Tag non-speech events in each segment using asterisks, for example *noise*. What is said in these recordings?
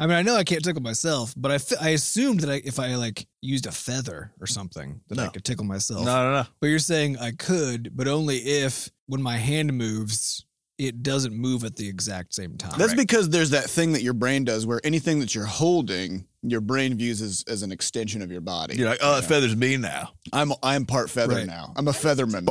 I mean, I know I can't tickle myself, but I, fe- I assumed that I, if I like used a feather or something, that I No. could tickle myself. No, no, no. But you're saying I could, but only if when my hand moves, it doesn't move at the exact same time. That's because there's that thing that your brain does where anything that you're holding, your brain views as, as an extension of your body. You're like, oh, that feathers me now. I'm I'm part feather Right. now. I'm a featherman.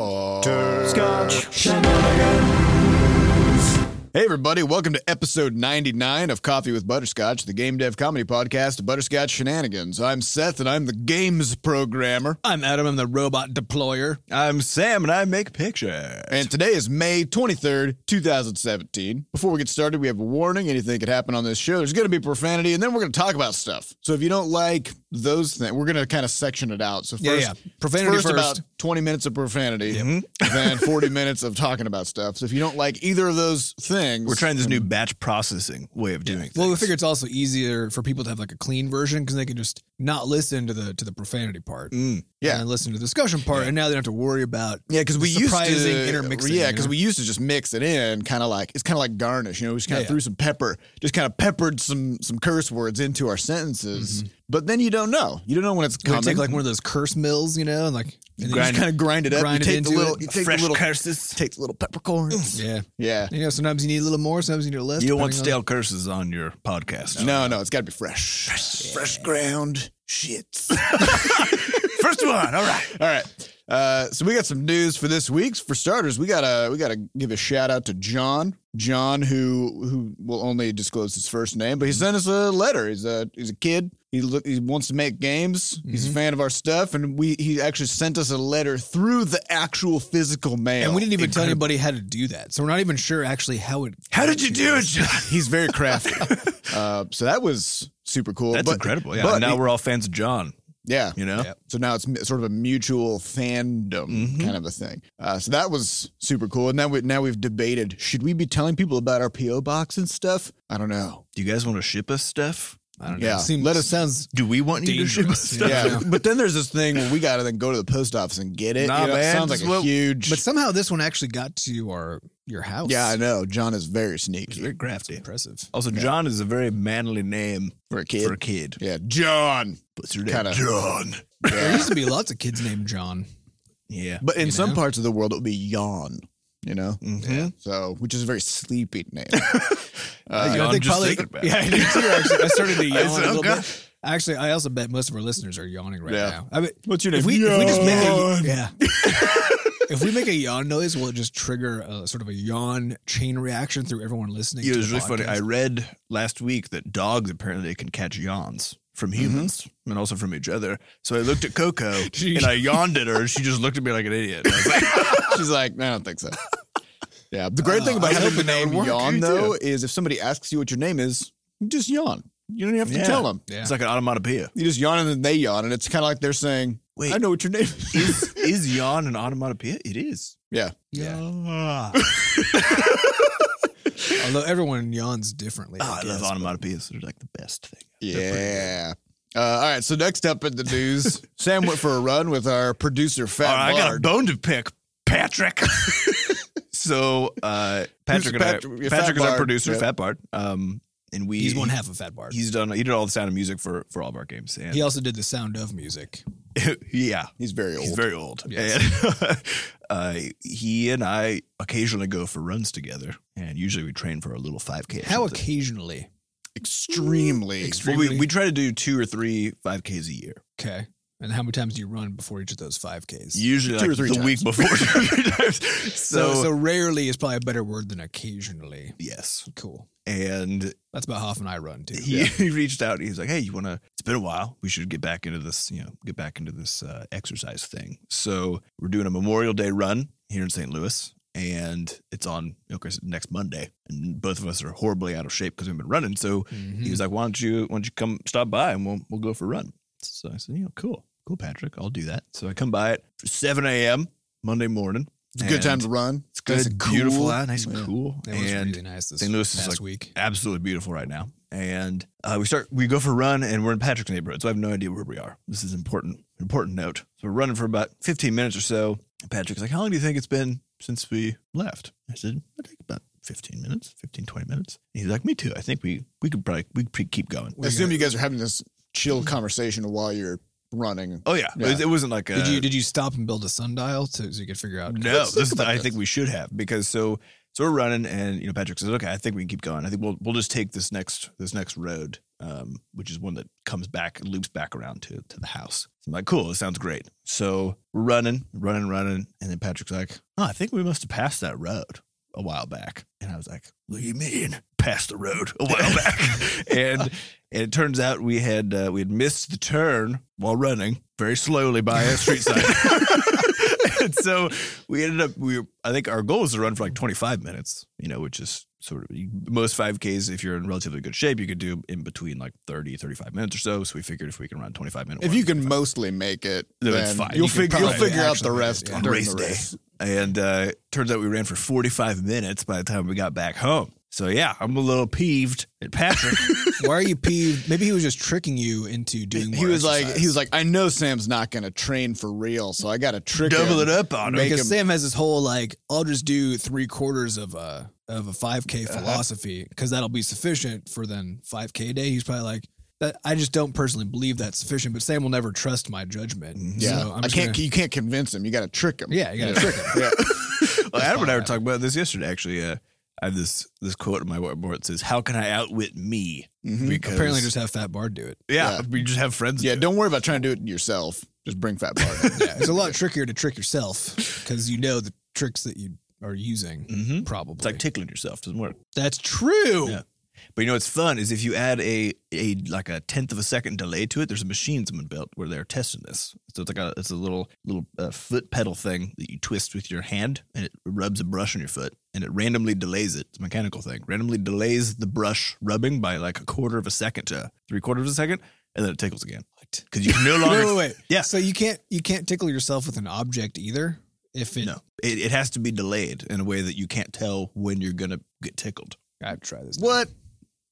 Hey everybody, welcome to episode 99 of Coffee with Butterscotch, the game dev comedy podcast of Butterscotch Shenanigans. I'm Seth and I'm the games programmer. I'm Adam. I'm the robot deployer. I'm Sam, and I make pictures. And today is May 23rd, 2017. Before we get started, we have a warning. Anything could happen on this show. There's going to be profanity, and then we're going to talk about stuff. So if you don't like those things, we're going to kind of section it out. So first, Yeah, yeah. Profanity first, first. Mm-hmm. about 20 minutes of profanity, then 40 *laughs* minutes of talking about stuff. So if you don't like either of those things, We're trying this new batch processing way of doing things. Well, we figure it's also easier for people to have like a clean version because they can just not listen to the to the profanity part. Mm. Yeah. and listen to the discussion part, and now they don't have to worry about. Yeah, because we used surprising to intermixing, Yeah, you know? because we used to just mix it in, kind of like it's kind of like garnish. You know, we just kind Yeah, of yeah. threw some pepper, just kind of peppered some some curse words into our sentences. But then you don't know. You don't know when it's Can we coming. Mm-hmm. take like one of those curse mills, you know, and like and then you Grind- kind of grind it up. grind it you take into the little, it. you take Fresh the little, curses. Mm. take the little peppercorns. just- yeah, yeah. you know, sometimes you need a little more, sometimes you need less. You don't want depending stale curses on your Oh. podcast. No, no, it's got to be fresh. Fresh, ground shits. First one. *laughs* All right. All right. Uh, so we got some news for this week's. For starters, we gotta we gotta give a shout out to John. John, who who will only disclose his first name, but he sent us a letter. He's a he's a kid. He look, he wants to make games. He's Mm-hmm. a fan of our stuff, and we he actually sent us a letter through the actual physical mail. And we didn't even tell anybody how to do that, so we're not even sure actually how it. How did you do it? John? *laughs* He's very crafty. uh, so that was super cool. That's But- incredible. Yeah. but now he- we're all fans of John. yeah. You know. Yeah. So now it's m- sort of a mutual fandom Mm-hmm. kind of a thing. Uh, so that was super cool. And now we now we've debated should we be telling people about our PO box and stuff? I don't *laughs* know. Do you guys want to ship us stuff? I don't know. Yeah. Seems, Let us- sounds Do we want you to ship us dangerous. stuff? *laughs* Yeah, *laughs* but then there's this thing where we gotta then go to the post office and get it. Nah, You know, it man, sounds like this a is what- huge. But somehow this one actually got to our your house. yeah, I know. John is very He's sneaky very crafty. impressive. Also, John is a very manly name for a kid. for a kid. yeah, John. What's your name? Kinda- John. There used to be lots of kids named John. Yeah. But in You some know? parts of the world, it would be yawn. You know, Mhm. so which is a very sleepy *laughs* name. Uh, I I yawned think Uh, just probably. thinking about it. yeah, I did too. Actually, I started to *laughs* I yawn said, a little "Oh, God." bit. Actually, I also bet most of our listeners are yawning right Yeah. now. I mean, What's your if we, if we just make a Yawn. yeah, *laughs* if we make a yawn noise, will it just trigger a sort of a yawn chain reaction through everyone listening? Yeah, to it was the really funny. I podcast? read last week that dogs apparently can catch yawns from Mm-hmm. humans and also from each other. So I looked at Coco *laughs* She- and I yawned at her, and she just looked at me like an idiot. And I was *laughs* like, She's like, I don't think so. Yeah. The great Oh, thing I about was having the hoping that name would work. yawn, You though, is if somebody asks you what your name is, you just yawn. You don't even have to Yeah. tell them. yeah. It's like an onomatopoeia. You just yawn and then they yawn, and it's kind of like they're saying, Wait. I know what your name *laughs* is. *laughs* Is, is yawn an onomatopoeia? It is. Yeah. Yeah. *laughs* Ah, Although everyone yawns differently. Ah, I love guess. onomatopoeias. They're like the best thing. They're pretty good. Yeah. Uh, all right. So, next up in the news, Sam went for a run with our producer, Fat All right, I got a Bard. bone to pick, Patrick. *laughs* *laughs* so uh, Patrick, and Patrick? I, Yeah, Fat Patrick is our Bard. producer, Yeah. Fat Bart, um, and we He's one half of Fat Bar. He's done. He did all the sound and music for for all of our games. And He also did the sound of music. *laughs* yeah, He's very old. he's very old. Yes. And *laughs* uh, he and I occasionally go for runs together, and usually we train for a little five k. How occasionally? extremely. well, we, extremely- we try to do two or three 5Ks a year. Okay. And how many times do you run before each of those five Ks? Usually Two or like, three the times. week before. *laughs* two or three times. so, So, so rarely is probably a better word than occasionally. yes. Cool. And That's about half and I run too. he, *laughs* he reached out and he's like, Hey, you want to, it's been a while. We should get back into this, you know, get back into this uh, exercise thing. So we're doing a Memorial Day run here in St. Louis and it's on, of course, next Monday. And both of us are horribly out of shape because we've been running. So Mhm. he Hmm. was like, "Why don't you why don't you come stop by and we'll we'll go for a run?" So I said, "You know, cool, cool, Patrick, I'll do that." So I come by at seven a.m. Monday morning. It's a good time to run. It's Nice good, and beautiful cool. out, nice and Yeah. cool, It was and really nice this St. Louis is past like- week. absolutely beautiful right now. And uh, we start we go for a run, and we're in Patrick's neighborhood, so I have no idea where we are. This is important important note. So we're running for about fifteen minutes or so. And Patrick's like, "How long do you think it's been since we left?" I said, "I think about 15 minutes, 15, 20 minutes. And he's like, me too. I think we, we could probably, we could pre- keep going. I assume you guys are having this chill conversation while you're running. Oh yeah. Yeah. It, it wasn't like a, Did you did you stop and build a sundial to, so you could figure out? No, Let's this think is the- about I this. think we should have because so so we're running and you know Patrick says okay I think we can keep going I think we'll we'll just take this next this next road um which is one that comes back loops back around to to the house so I'm like cool it sounds great so we're running running running and then Patrick's like oh, I think we must have passed that road a while back and I was like what do you mean passed the road *laughs* a while back and and it turns out we had uh, we had missed the turn while running very slowly by a *laughs* street sign. *laughs* and so we ended up we were, I think our goal was to run for like 25 minutes, you know, which is sort of most 5Ks if you're in relatively good shape, you could do in between like 30 35 minutes or so. So we figured if we can run 25 minutes If you can mostly make it, No, it's then fine. you'll You can figure you'll probably figure out actually the make it, rest yeah. on during race the day. race. And uh, turns out we ran for 45 minutes by the time we got back home. So yeah, I'm a little peeved at Patrick. Why are you peeved? Maybe he was just tricking you into doing. He more was like, exercise. he was like, I know Sam's not going to train for real, so I got to *laughs* trick Double him. it up on him. Make because him- Sam has this whole like, I'll just do three quarters of a of a five k philosophy because that'll be sufficient for then five k day. He's probably like, that, I just don't personally believe that's sufficient. But Sam will never trust my judgment. Mm-hmm. Yeah, so I'm I just can't. gonna- You can't convince him. You got to trick him. Yeah, you gotta trick him. Yeah. *laughs* *laughs* Well, Adam and I were fine. talking about this yesterday. Actually, uh, I have this this quote on my whiteboard that says, "How can I outwit me?" Mhm. Because Apparently, just have Fat Bard do it. yeah, yeah. we just have friends. Yeah, do don't worry about trying to do it yourself. Just bring Fat Bart. *laughs* Yeah, it's a lot trickier to trick yourself because you know the tricks that you are using. it. Mhm. Probably It's like tickling yourself doesn't work. that's true. Yeah. But you know what's fun is if you add a a like a tenth of a second delay to it. There's a machine someone built where they're testing this. So it's like a it's a little little uh, foot pedal thing that you twist with your hand and it rubs a brush on your foot and it randomly delays it. It's a mechanical thing. Randomly delays the brush rubbing by like a quarter of a second to three quarters of a second, and then it tickles again. Because you can *laughs* no Wait, longer wait, wait. Yeah. So you can't you can't tickle yourself with an object either. If it, No, it, it has to be delayed in a way that you can't tell when you're gonna get tickled. I've tried this. what?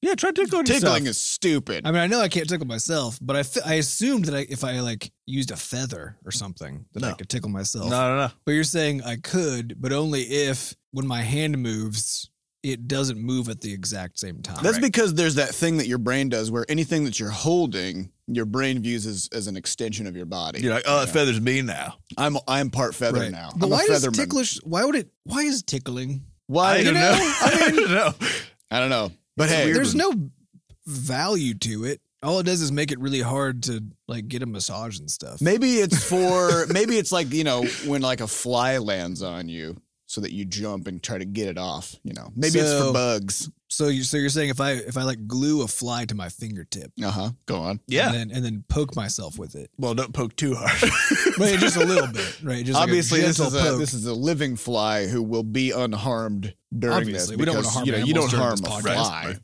Yeah, try tickling Tickling is stupid. I mean, I know I can't tickle myself, but I, fe- I assumed that I, if I like used a feather or something, that I No. could tickle myself. No, no, no. But you're saying I could, but only if when my hand moves, it doesn't move at the exact same time. That's right? because there's that thing that your brain does where anything that you're holding, your brain views as, as an extension of your body. You're like, oh, that feathers me now. I'm I'm part feather Right. now. But I'm why a does featherman. ticklish? Why would it? Why is tickling? Why? I you don't know. know? *laughs* I don't know. I don't know. But It's hey, weird. There's no value to it. All it does is make it really hard to like get a massage and stuff. *laughs* maybe it's for maybe it's like you know when like a fly lands on you, so that you jump and try to get it off. You know, maybe it's So- for bugs. So you so you're saying if I if I like glue a fly to my fingertip, Uh huh. Go on. Yeah. and then, and then poke myself with it, Well, don't poke too *laughs* hard. but just a little bit, right? Just Obviously, like a this is gentle a poke. this is a living fly who will be unharmed during Obviously, this. we don't wanna because, harm you know, you animals don't during harm this a podcast.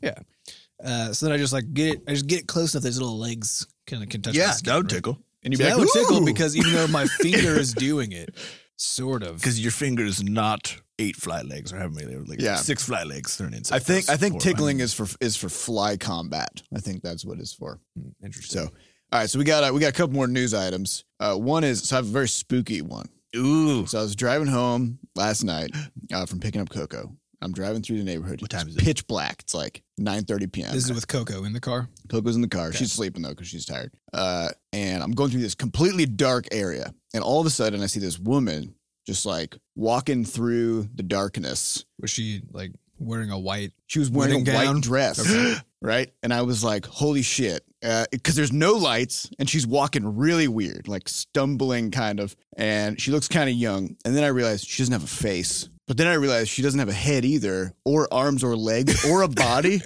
fly. uh, so then I just like get it. I just get it close enough. that These little legs can can touch. my yeah, skin, that would right? tickle And you'd So be that like, would tickle "Ooh!" because even though *laughs* my finger is doing it, sort of. because your finger is not eight fly legs or how many? They were like Yeah. six fly legs. They're an insect. I think I think That's horrifying. tickling is for is for fly combat. I think that's what it's for. Hmm, Interesting. So, all right, so we got uh, we got a couple more news items. Uh, one is so I have a very spooky one. Ooh, So I was driving home last night uh, from picking up Coco. I'm driving through the neighborhood. What time It's is it? Pitch black. It's like 9:30 p.m. This is with Coco in the car. Coco's in the car. She's sleeping though because she's tired. Uh, and I'm going through this completely dark area, and all of a sudden I see this woman just like walking through the darkness. Was she like wearing a white? She was wearing Wedding a gown? white dress, Okay. *gasps* right? And I was like, "Holy shit!" Because there's no lights, and she's walking really weird, like stumbling kind of, and she looks kind of young. And then I realized she doesn't have a face. But then I realized she doesn't have a head either, or arms, or legs, or a body,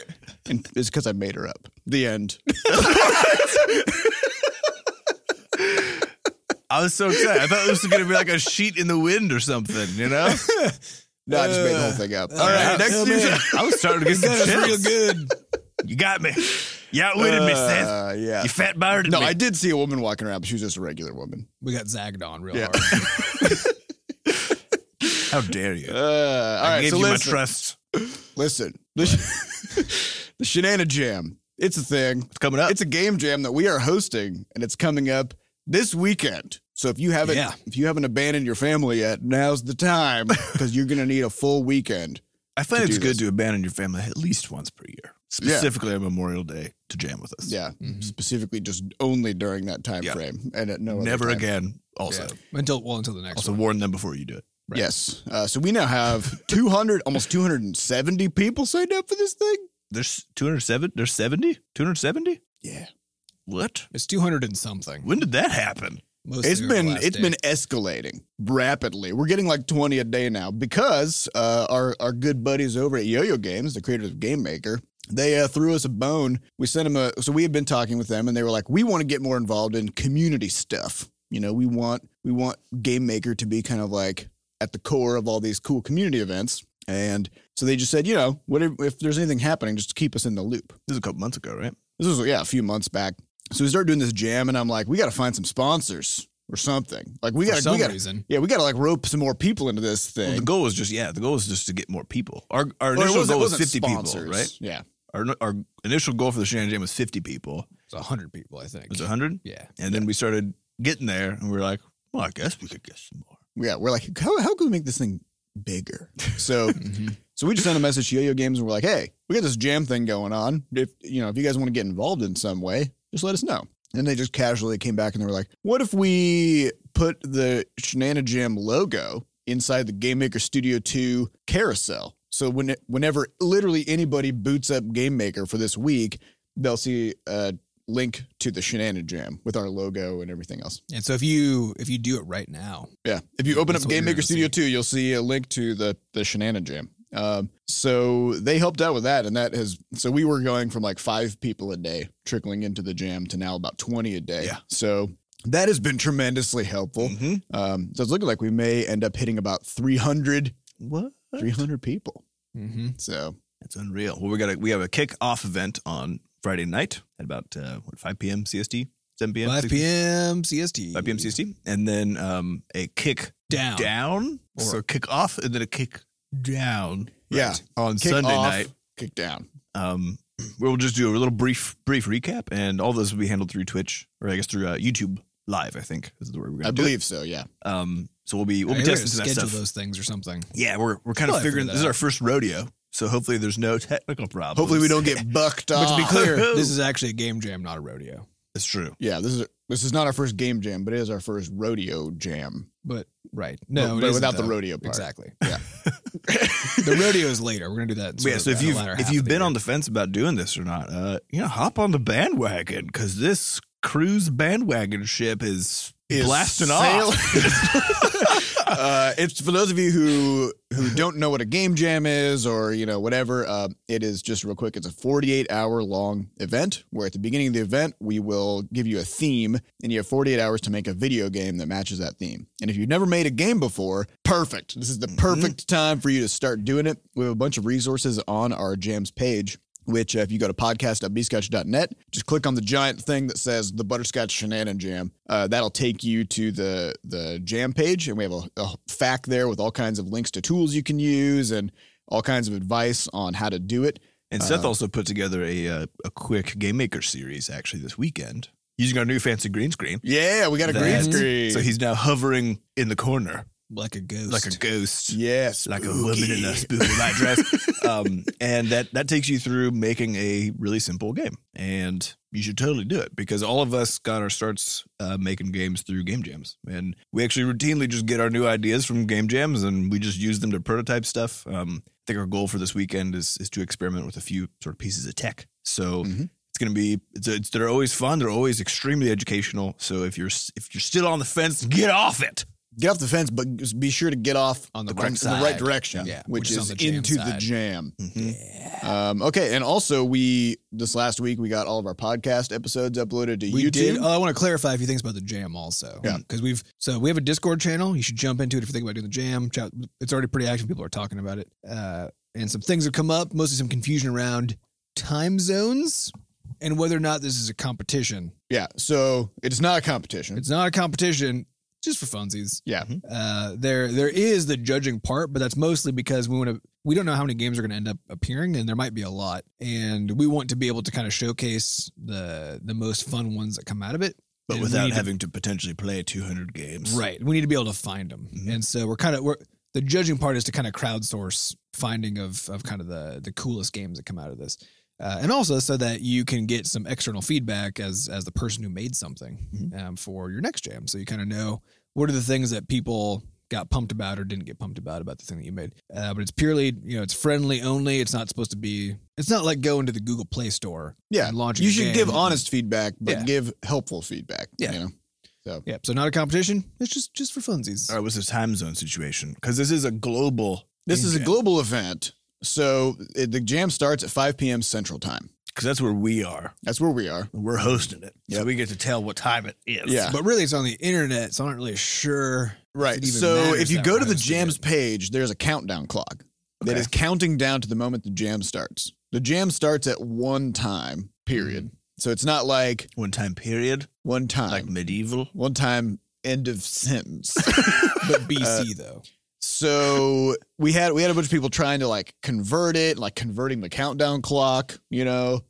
and it's because I made her up. The end. I was so excited. I thought this was going to be like a sheet in the wind or something. *laughs* You know? No, I just made the whole Uh, thing up. all right, Yeah. next Oh, news- man. I was starting to *laughs* get some That's chills. real good. You got me. You outwitted me, Seth. Uh, yeah. You fat bird. No, me. I did see a woman walking around, but she was just a regular woman. We got zagged on real Yeah. *laughs* hard. How dare you? Uh, all I right, gave so you my listen, trust. listen. *laughs* The, sh- the Shenana Jam. It's a thing. It's coming up. It's a game jam that we are hosting, and it's coming up this weekend. So if you haven't, Yeah. *laughs* if you haven't abandoned your family yet, now's the time because you're gonna need a full weekend I find to it's do good this. to abandon your family at least once per year, specifically on Memorial Day to jam with us. Yeah, Mhm. specifically just only during that time Mm-hmm. Yeah. frame and at no other Never time. again. Also, until well until the next also one. warn them before you do it. Right. Yes. Uh, so we now have 200, almost 270 people signed up for this thing. There's 207. There's 70. 270. Yeah. What? It's two hundred and something. When did that happen? Mostly It's over the been last it's day. been escalating rapidly. We're getting like 20 a day now because uh, our our good buddies over at Yo-Yo Games, the creators of Game Maker, they uh, threw us a bone. We sent them a so we had been talking with them and they were like, "We want to get more involved in community stuff. You know, we want we want Game Maker to be kind of like at the core of all these cool community events." And so they just said, "You know, what if, if there's anything happening, just keep us in the loop." This was a couple months ago, right? this was yeah a few months back. So we started doing this jam, and I'm like, we got to find some sponsors or something. Like we for got to some we got to reason. yeah we got to like rope some more people into this Well, thing. the goal was just yeah. The goal was just to get more people. Our Or our it initial wasn't- goal was wasn't 50 people, sponsors. right? Yeah, Our our initial goal for the Shannon Jam was 50 people. It's hundred people, I think. It was 100, and yeah. then we started getting there, and we were like, well, I guess we could get some more. yeah. We're like, how how can we make this thing bigger? *laughs* So Mhm. so we just sent a message to Yo-Yo Games, and we're like, hey, we got this jam thing going on. If you know if you guys want to get involved in some way, just let us know. And they just casually came back and they were like, what if we put the Shenana Jam logo inside the Game Maker Studio 2 carousel? So when whenever literally anybody boots up Game Maker for this week, they'll see a link to the Shenana Jam with our logo and everything else. And so if you if you do it right now, Yeah. If you open That's up what Game you're Maker gonna Studio see. 2, you'll see a link to the the Shenana Jam. Um, so they helped out with that, and that has so we were going from like five people a day trickling into the jam to now about twenty a day. Yeah. So that has been tremendously helpful. Mm-hmm. Um, so it's looking like we may end up hitting about 300, What? 300 people. mm-hmm. So That's unreal. Well, we got a, we have a kick-off event on Friday night at about uh, what 5 p.m. CST, 7 p.m. 5 6 p.m. CST. 5 p.m. CST, and then um, a kick Down. down Or- so kick off and then a kick down. Yeah. on kick Sunday off, night. kick down. Um, we'll just do a little brief brief recap, and all those will be handled through Twitch or I guess through uh, YouTube Live. I think is the way we're going to I do believe so. Yeah. It. Um, so we'll be we'll Yeah, be we're gonna testing some of that schedule stuff. those things or something. Yeah, we're we're kind We'll of figuring. figure that This is out. our first rodeo, so hopefully there's no technical problems. Hopefully we don't *laughs* get bucked off. But *laughs* to be clear, Oh. this is actually a game jam, not a rodeo. *laughs* It's true. yeah, this is this is not our first game jam, but it is our first rodeo jam. But right, no, But- it but isn't, without the though. rodeo part. Exactly. Yeah. the rodeo is later. We're gonna do that. yeah, so if you've if you've been on the fence about doing this or not, uh, you know, hop on the bandwagon because this cruise bandwagon ship is, is blasting sail- off. *laughs* *laughs* uh, it's for those of you who who don't know what a game jam is, or you know whatever. Uh, it is just real quick. It's a 48 hour long event where at the beginning of the event we will give you a theme, and you have 48 hours to make a video game that matches that theme. And if you've never made a game before, perfect. This is the Mm-hmm. perfect time for you to start doing it. We have a bunch of resources on our jams page which uh, if you go to podcast.bscotch.net, just click on the giant thing that says the butterscotch shenanan jam. Uh, that'll take you to the the jam page, and we have a, a fact there with all kinds of links to tools you can use and all kinds of advice on how to do it. And Seth Uh-huh. also put together a uh, a quick game maker series actually this weekend using our new fancy green screen. Yeah, we got a green That- screen. So he's now hovering in the corner like a ghost, like a ghost. yes, Like a woman in a spooky white dress, um, and that that takes you through making a really simple game, and you should totally do it because all of us got our starts uh, making games through game jams, and we actually routinely just get our new ideas from game jams, and we just use them to prototype stuff. Um, I think our goal for this weekend is is to experiment with a few sort of pieces of tech. So Mhm. it's going to be it's, it's they're always fun, they're always extremely educational. So if you're s- if you're still on the fence, get off it. Get off the fence, but just be sure to get off On the on- right in side. the right direction, Yeah, which, which is on is, the jam into the side. jam. Mhm. Um, okay, and also we this last week we got all of our podcast episodes uploaded to We YouTube. did. Oh, I want to clarify a few things about the jam also. Yeah. Because we've so we have a Discord channel. You should jump into it if you think about doing the jam. Ch- It's already pretty active. People are talking about it. Uh, and some things have come up, mostly some confusion around time zones and whether or not this is a competition. Yeah, so it's not a competition. It's not a competition, just for funsies. yeah, Uh, there there is the judging part, but that's mostly because we want to we don't know how many games are going to end up appearing, and there might be a lot, and we want to be able to kind of showcase the the most fun ones that come out of it, But And we without need to- having to potentially play 200 games. Right. We need to be able to find them. Mhm. And so we're kind of we're the judging part is to kind of crowdsource finding of of kind of the the coolest games that come out of this. Uh, and also so that you can get some external feedback as as the person who made something Mhm. um, for your next jam. So you kind of know what are the things that people got pumped about or didn't get pumped about about the thing that you made. Uh, but it's purely you know it's friendly only. It's not supposed to be. It's not like going to the Google Play Store. Yeah, and launching. You a should game. give honest feedback, but Yeah. give helpful feedback. Yeah. You know? Yeah, so not a competition. It's just just for funsies. All right, what's the time zone situation? Because this is a global. This is a global event. So it, the jam starts at 5 p.m. Central Time. Because that's where we are. That's where we are. We're hosting it, so Yep. we get to tell what time it is. Yeah. But really, it's on the internet, so I'm not really sure. Right. it even So matters if you that go to we're the hosting jam's it. page, there's a countdown clock that Okay. is counting down to the moment the jam starts. The jam starts at one time, period. Mm-hmm. So it's not like One time period, one time, like medieval. one time, end of sentence. *laughs* Uh, but BC though, so we had we had a bunch of people trying to like convert it, like converting the countdown clock. You know,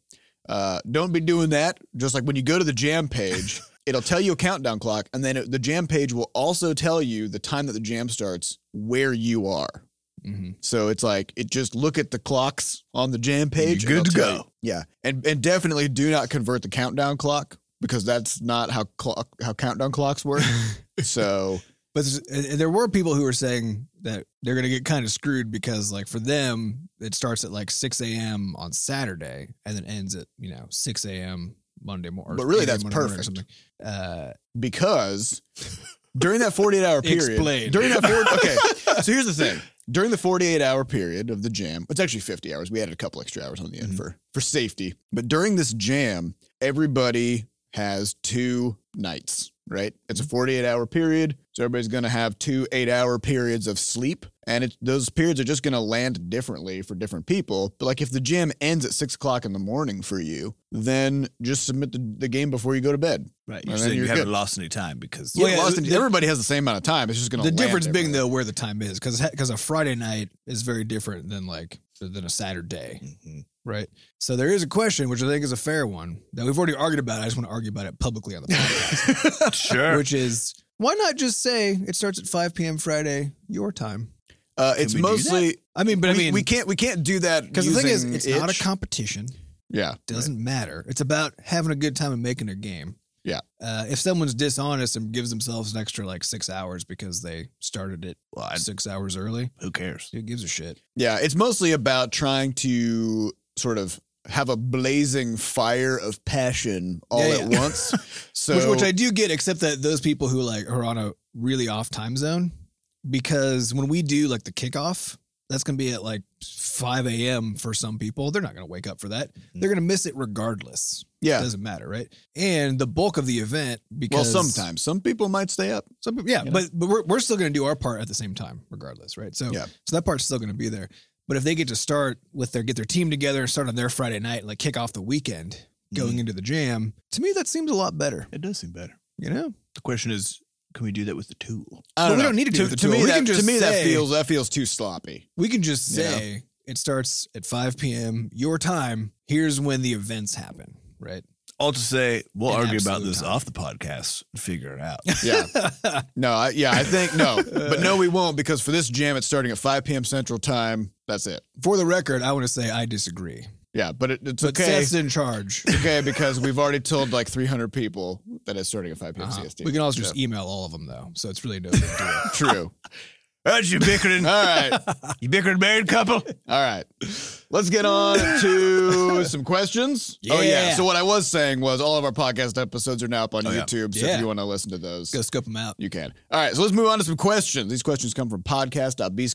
uh, don't be doing that. Just like when you go to the jam *laughs* page, it'll tell you a countdown clock, and then it, the jam page will also tell you the time that the jam starts, where you are. hmm So it's like it just look at the clocks on the jam page. You're good it'll to tell go. you. Yeah, and and definitely do not convert the countdown clock because that's not how clock how countdown clocks *laughs* work. so but there's- and- and there were people who were saying that they're gonna get kind of screwed because, like, for them, it starts at like 6 a.m. on Saturday and then ends at you know 6 a.m. Monday morning. But really, that's perfect. Uh, because during that 48 hour period Explain. during that 40, okay so here's the thing during the 48 hour period of the jam it's actually 50 hours we added a couple extra hours on the end Mhm. for for safety but during this jam everybody has two nights right it's a 48 hour period so everybody's going to have two 8 hour periods of sleep and it, those periods are just going to land differently for different people but like if the jam ends at 6 o'clock in the morning for you then just submit the, the game before you go to bed Right. And You're then saying you you're haven't good. lost any time because Yeah, yeah, lost the- in- everybody has the same amount of time. It's just going to the difference being though where the time is, because because a Friday night is very different than like than a Saturday. Mm-hmm. Mhm. Right. So there is a question, which I think is a fair one that we've already argued about. I just want to argue about it publicly *laughs* on the podcast, Er. sure. which is why not just say it starts at 5 p.m. Friday, your time? uh, it's we do mostly. I mean, but we, I mean, we can't we can't do that because the thing is, using it's not itch. a competition. yeah. Doesn't matter. It's about having a good time and making a game. Yeah. Uh, if someone's dishonest and gives themselves an extra like six hours because they started it Well, I- six hours early, who cares? who gives a shit? Yeah, it's mostly about trying to sort of have a blazing fire of passion all Yeah, at yeah. once. *laughs* So which, which I do get, except that those people who like are on a really off time zone, because when we do like the kickoff, that's gonna be at like 5 a.m. for some people. They're not gonna wake up for that. They're gonna miss it regardless. It Mm. yeah. doesn't matter, right? And the bulk of the event Well, because sometimes some people might stay up. some people, yeah, You know? but but we're, we're still gonna do our part at the same time, regardless, right? So Yeah. so that part's still gonna be there. But if they get to start with their get their team together and start on their Friday night, like kick off the weekend, going Mm-hmm. into the jam, to me that seems a lot better. It does seem better. You know? The question is, can we do that with the tool? I Well, don't we know. don't need to do to, it with the to me tool. We that can just to me that say- feels that feels too sloppy. We can just You know? say it starts at 5 p.m. your time. Here's when the events happen, right? All to say, we'll An argue about absolute this time. off the podcast and figure it out. *laughs* *laughs* Yeah. No, I, yeah, I think no, but no, we won't because for this jam, it's starting at 5 p.m. Central Time. That's it. For the record, I want to say I disagree. Yeah, but it, it's But okay. Seth's in *laughs* charge. okay, because we've already told like 300 people that it's starting at 5 p.m. Uh-huh. CST. We can also just email all of them though, so it's really no big deal. *laughs* True. That's you *laughs* bickering, All right. All you bickering married couple. right. Let's get on *laughs* to some questions. Oh, yeah. Yeah. So, what I was saying was all of our podcast episodes are now up on Oh, yeah. YouTube. So, Yeah. if you want to listen to those, Go scope them out. you can. All right. So, let's move on to some questions. These questions come from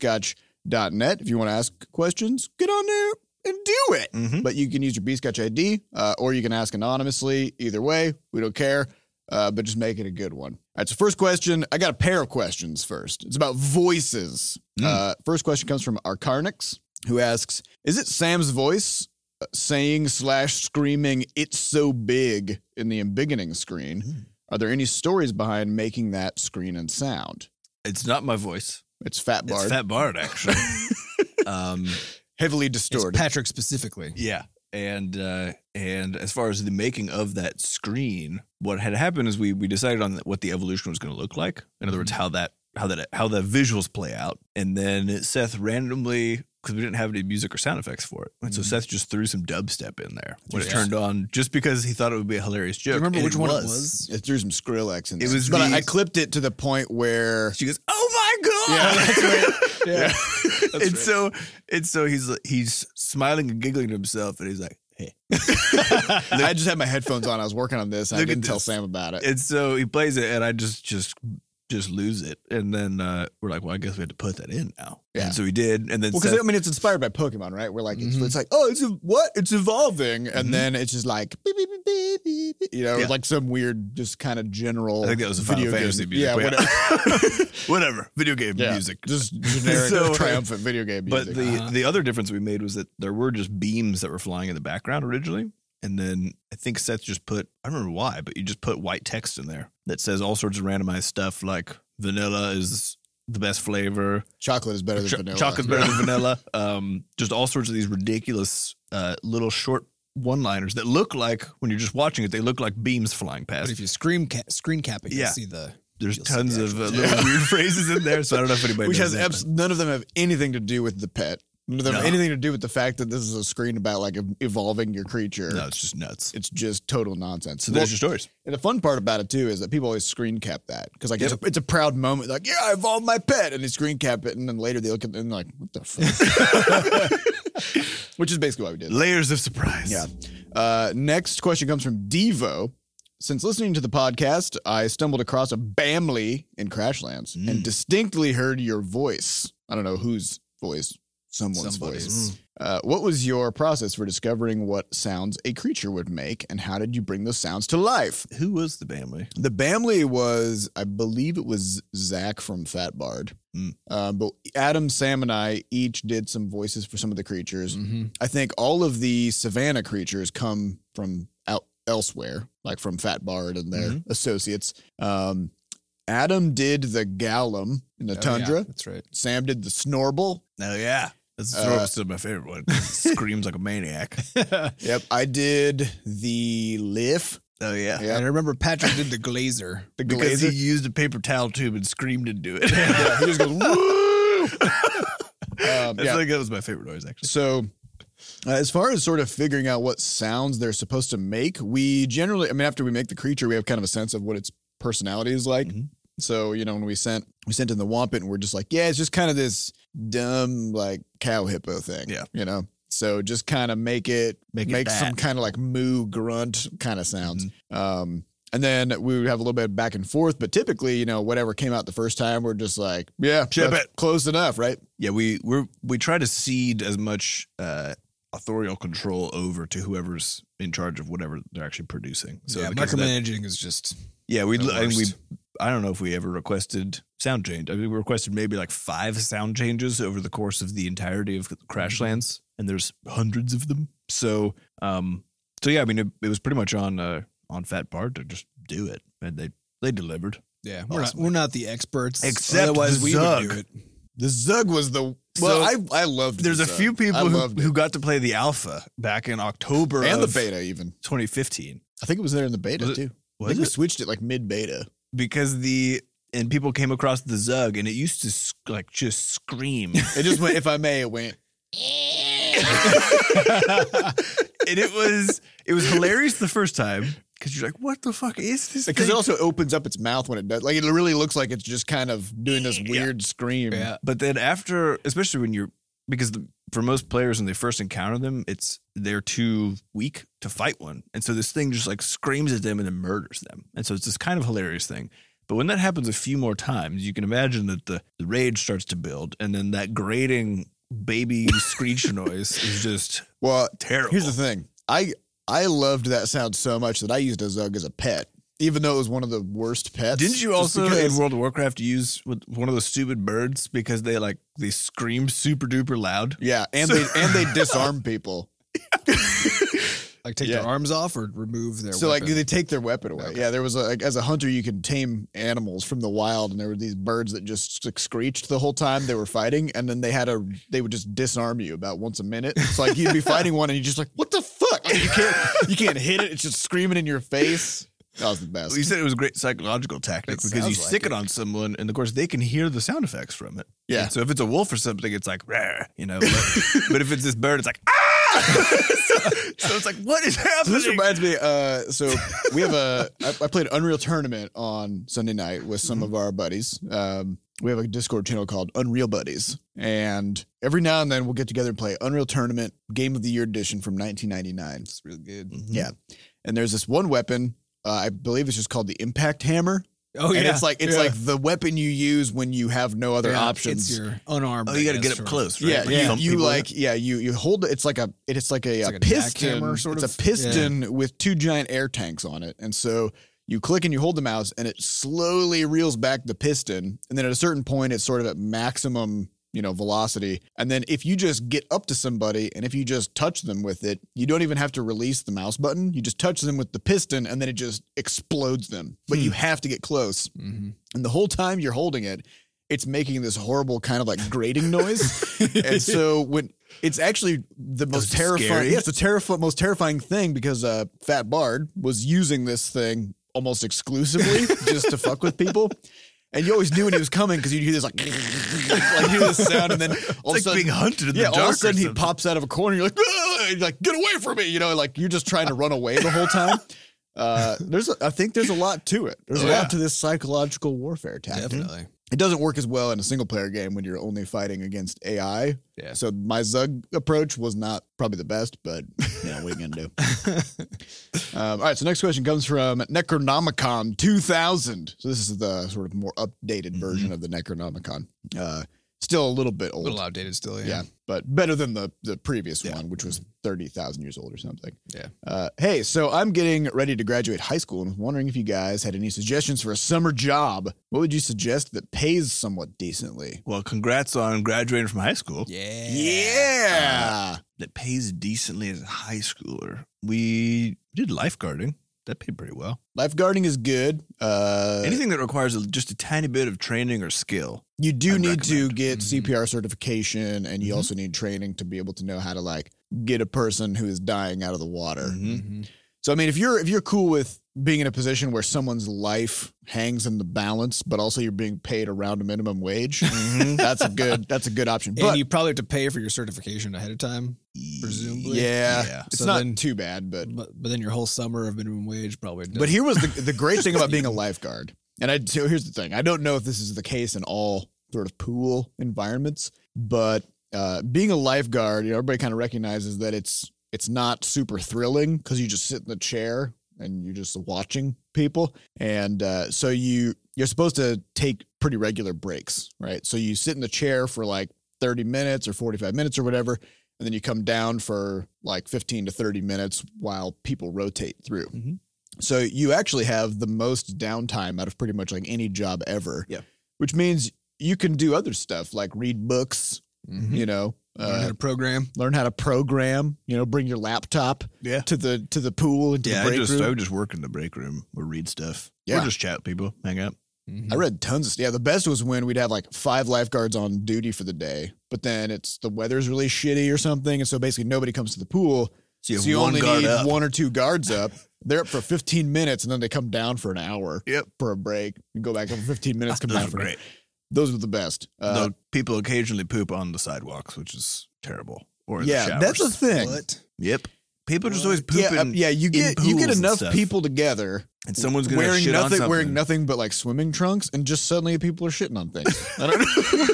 podcast.bscotch.net. If you want to ask questions, get on there and do it. Mm-hmm. but you can use your Bscotch ID uh, or you can ask anonymously. Either way, we don't care, uh, but just make it a good one. All right, so first question I got a pair of questions first. It's about voices. Mm. Uh, first question comes from Arcarnix, who asks Is it Sam's voice uh, saying slash screaming, It's so big in the beginning screen? Mm. Are there any stories behind making that screen and sound? It's not my voice. It's Fat Bard, It's Fat Bard, *laughs* actually. um, heavily It's distorted. Patrick specifically. yeah, and uh, and as far as the making of that screen, what had happened is we we decided on what the evolution was going to look Mm-hmm. like. In other words, how that how that how the visuals play out, and then Seth randomly because we didn't have any music or sound effects for it. And so Mhm. Seth just threw some dubstep in there when it Yes. turned on, just because he thought it would be a hilarious Do joke. you remember and which one it *laughs* was? It threw some Skrillex in It there. was but the- I, I clipped it to the point where *laughs* She goes, "Oh my Yeah, god!" that's *laughs* Yeah. and right. so and so he's he's smiling and giggling to himself, and he's like, "Hey." I just had my headphones on. I was working on this. And I Look at didn't tell this. Sam about it. and so he plays it, and I just just just lose it. And then uh, we're like, well, I guess we had to put that in now. Yeah. And so we did, and then Well, Seth- because I mean, it's inspired by Pokemon, right? We're like, Mm-hmm. it's, Mhm. it's like, oh, it's a, what? It's evolving, and Mhm. then it's just like, beep, beep, beep, beep, beep, beep, you know, Yeah. like some weird, just kind of general. I think that was a Final video game- Fantasy music. Yeah, but whatever. *laughs* whatever. Video game Yeah, music. just generic, *laughs* So- uh, triumphant video game But music. the Uh-huh. the other difference we made was that there were just beams that were flying in the background originally, and then I think Seth just put I don't remember why, but you just put white text in there that says all sorts of randomized stuff like vanilla is the best flavor, chocolate is better than Cho- vanilla. chocolate's better *laughs* than vanilla, um, just all sorts of these ridiculous uh, little short one liners that look like when you're just watching it, they look like beams flying But past. if you screen ca- screen cap it, you Yeah. will see the. There's you'll see tons the *laughs* of uh, actual- little Yeah. weird phrases in there, so I don't know if anybody Which has knows that, abs- none of them have anything to do with the pet. None of them have No. anything to do with the fact that this is a screen about like ev- evolving your creature. but- No, it's just nuts. It's just total nonsense. So Well, there's your stories. And the fun part about it too is that people always screen cap that because like it's, a, it's a proud moment. Like, yeah, I evolved my pet, and they screen cap it, and then later they look at it and they're like, what the fuck? *laughs* Which is basically what we did. Layers of surprise. Yeah. Uh, next question comes from Devo. Since listening to the podcast, I stumbled across a Bamley in Crashlands Mm. and distinctly heard your voice. I don't know whose voice, someone's Somebody's. voice. Uh, what was your process for discovering what sounds a creature would make, and how did you bring those sounds to life? Who was the family? The Bamley was, I believe it was Zach from Fat Bard. Mm. Uh, but Adam, Sam, and I each did some voices for some of the creatures. Mhm. I think all of the Savannah creatures come from out elsewhere, like from Fat Bard and their associates. Um, Adam did the Gallum in the Oh, yeah, tundra. that's right. Sam did the Snorble. Oh yeah, that's Uh, Zorro was still my *laughs* favorite one. Screams like a maniac. Yep. I did the Liff. Oh yeah. Yeah. And I remember Patrick did the glazer. The Because Glazer. he used a paper towel tube and screamed into *laughs* it. *laughs* yeah, he just goes, woo! Um, That's yeah. like that was my favorite noise actually. So, uh, as far as sort of figuring out what sounds they're supposed to make, we generally, I mean, after we make the creature, we have kind of a sense of what its personality is like. Mhm. So, you know, when we sent we sent in the Wampit, and we're just like, yeah, it's just kind of this dumb like cow hippo thing. Yeah. you know. So just kind of make it Make make, it some that. kind of like moo grunt kind of sounds. Mm-hmm. Um, and then we would have a little bit of back and forth, but typically, you know, whatever came out the first time, we're just like, yeah, Ship that's close enough, right? Yeah, we we're we try to cede as much uh authorial control over to whoever's in charge of whatever they're actually producing. *laughs* So yeah, because of that- micromanaging is just Yeah, we The and we worst. I don't know if we ever requested sound change. I mean, we requested maybe like five sound changes over the course of the entirety of Mm-hmm. Crashlands, and there's hundreds of them. So, um, so yeah, I mean, it, it was pretty much on uh, on Fat Bard to just do it, and they they delivered. yeah. We're not Awesome. we're not the experts. Except otherwise the we Zug. would do it. The Zug was the well. I I loved. There's the a Zug. few uh, I people who, loved it. who got to play the alpha back in October and the of beta even. 2015. I think it was there in the beta Was it- too. I Was think it? we switched it like mid beta. because the and people came across the Zug, and it used to sc- like just *laughs* scream. It just went. if I may, it *laughs* went. *laughs* and it was it was hilarious the first time because you're like, what the fuck is this? Because it thing?" also opens up its mouth when it does. Like it really looks like it's just kind of doing this Yeah. weird scream. Yeah. but then after, especially when you're because the, for most players when they first encounter them, it's they're too weak to fight one, and so this thing just like screams at them and then murders them, and so it's this kind of hilarious thing. But when that happens a few more times, you can imagine that the, the rage starts to build, and then that grating baby *laughs* screech noise is just Well, terrible. here's the thing. I I loved that sound so much that I used a Zug as a pet, even though it was one of the worst pets. Didn't you just also because- in World of Warcraft use with one of those stupid birds because they like they scream super duper loud? yeah, and *laughs* So- they and they disarm people. Like take Yeah. their arms off or remove their. so like weapon. they take their weapon away. Okay. Yeah, there was a, like as a hunter you could tame animals from the wild, and there were these birds that just like, screeched the whole time they were fighting, and then they had a they would just disarm you about once a minute. It's *laughs* like you'd be fighting one, and you're just like, what the fuck? Like, you can't you can't hit it. It's just screaming in your face. That was the best. You said it was a great psychological tactic It because you sounds like stick it. it. on someone, and of course they can hear the sound effects from it. Yeah. And so if it's a wolf or something, it's like "Rawr," *laughs* you know. But, but if it's this bird, it's like ah. *laughs* so, so it's like what is So happening? this reminds me. Uh, so we *laughs* have a. I, I played Unreal Tournament on Sunday night with some Mm-hmm. of our buddies. Um, we have a Discord channel called Unreal Buddies, and every now and then we'll get together and play Unreal Tournament Game of the Year edition from 1999. It's really good. Mhm. Yeah, Mm-hmm. and there's this one weapon. Uh, I believe it's just called the Impact Hammer. Oh and yeah, it's like it's Yeah. like the weapon you use when you have no other Yeah, options. It's your unarmed. Oh, you got to I get guess, up or- close. Right? Yeah, Like, yeah. thump You, people in like, yeah, you you hold it. It's like a it- it's like a, It's uh like a piston. jackhammer sort it's of? a piston with two giant air tanks on it, and so you click and you hold the mouse, and it slowly reels back the piston, and then at a certain point, it's sort of at maximum you know velocity and then if you just get up to somebody and if you just touch them with it you don't even have to release the mouse button you just touch them with the piston and then it just explodes them but Hmm. you have to get close Mhm. and the whole time you're holding it, it's making this horrible kind of like grating noise. and so when it's actually the most Those are terrifying, scary. yeah, it's the terrif- most terrifying thing because uh, Fat Bard was using this thing almost exclusively just to fuck with people. And you always knew when he was coming because you'd hear this like, *laughs* like you hear this sound, and then all It's of a like sudden, being hunted in yeah, the dark. all or of a sudden he something. pops out of a corner. You're like, "Ah!" and you're like, get away from me! You know, like you're just trying to run away the whole time. Uh, there's, a, I think there's a lot to it. There's a Yeah. lot to this psychological warfare tactic. Definitely. It doesn't work as well in a single player game when you're only fighting against AI. Yeah. So my Zug approach was not probably the best, but you know, what are you gonna do? *laughs* um, all right. So next question comes from Necronomicon 2000. So this is the sort of more updated version of the Necronomicon. Uh, still a little bit A old little outdated still. Yeah. yeah, but better than the the previous Yeah. one, which was thirty thousand years old or something. Yeah. Uh, hey, so I'm getting ready to graduate high school, and was wondering if you guys had any suggestions for a summer job. What would you suggest that pays somewhat decently? Well, congrats on graduating from high school. Yeah. Yeah, That pays decently as a high schooler. We did lifeguarding. That paid pretty well. lifeguarding is good. Uh, Anything that requires a, just a tiny bit of training or skill. you do I'd need to recommend. Mm-hmm. get Mhm. CPR certification, and you Mhm. also need training to be able to know how to like get a person who is dying out of the water. Mhm. Mhm. So I mean, if you're if you're cool with being in a position where someone's life hangs in the balance, but also you're being paid around a minimum *laughs* wage, *laughs* that's a good that's a good option. But and you probably have to pay for your certification ahead of time, Presumably. yeah, it's So not then- too bad. But but but then your whole summer of minimum wage probably. but here was the the great thing about being a lifeguard, and I so here's the thing: I don't know if this is the case in all sort of pool environments, but uh, being a lifeguard, you know, everybody kind of recognizes that it's it's not super thrilling because you just sit in the chair and you're just watching people, and uh, so you you're supposed to take pretty regular breaks, right? So you sit in the chair for like 30 minutes or 45 minutes or whatever. And then you come down for like 15 to 30 minutes while people rotate through. Mhm. So you actually have the most downtime out of pretty much like any job ever. Yeah. Which means you can do other stuff like read books, Mm-hmm. Mhm. you know, Learn how uh, to program. learn how to program, you know, bring your laptop Yeah. to the to the pool and to Yeah, the I break just room. I would just work in the break room or read stuff. Yeah. Or just chat with people, hang out. Mhm. I read tons of Yeah, the best was when we'd have like five lifeguards on duty for the day, but then it's the weather's really shitty or something, and so basically nobody comes to the pool. So you have so you one only guard need up. one or two guards up. They're up for 15 minutes, and then they come down for an hour. Yep. for a break. You go back up for 15 minutes, come Those down are for great. Those were the best. Uh, Though people occasionally poop on the sidewalks, which is terrible. Or in yeah, the that's a showers. thing. What? Yep. People just What? always poop Yeah, uh, in- yeah, you get you pools get and enough stuff. people together and somene's gonna wearing shit on nothing, wearing something. nothing but like swimming trunks, and just suddenly people are shitting on *laughs* things. I don't know.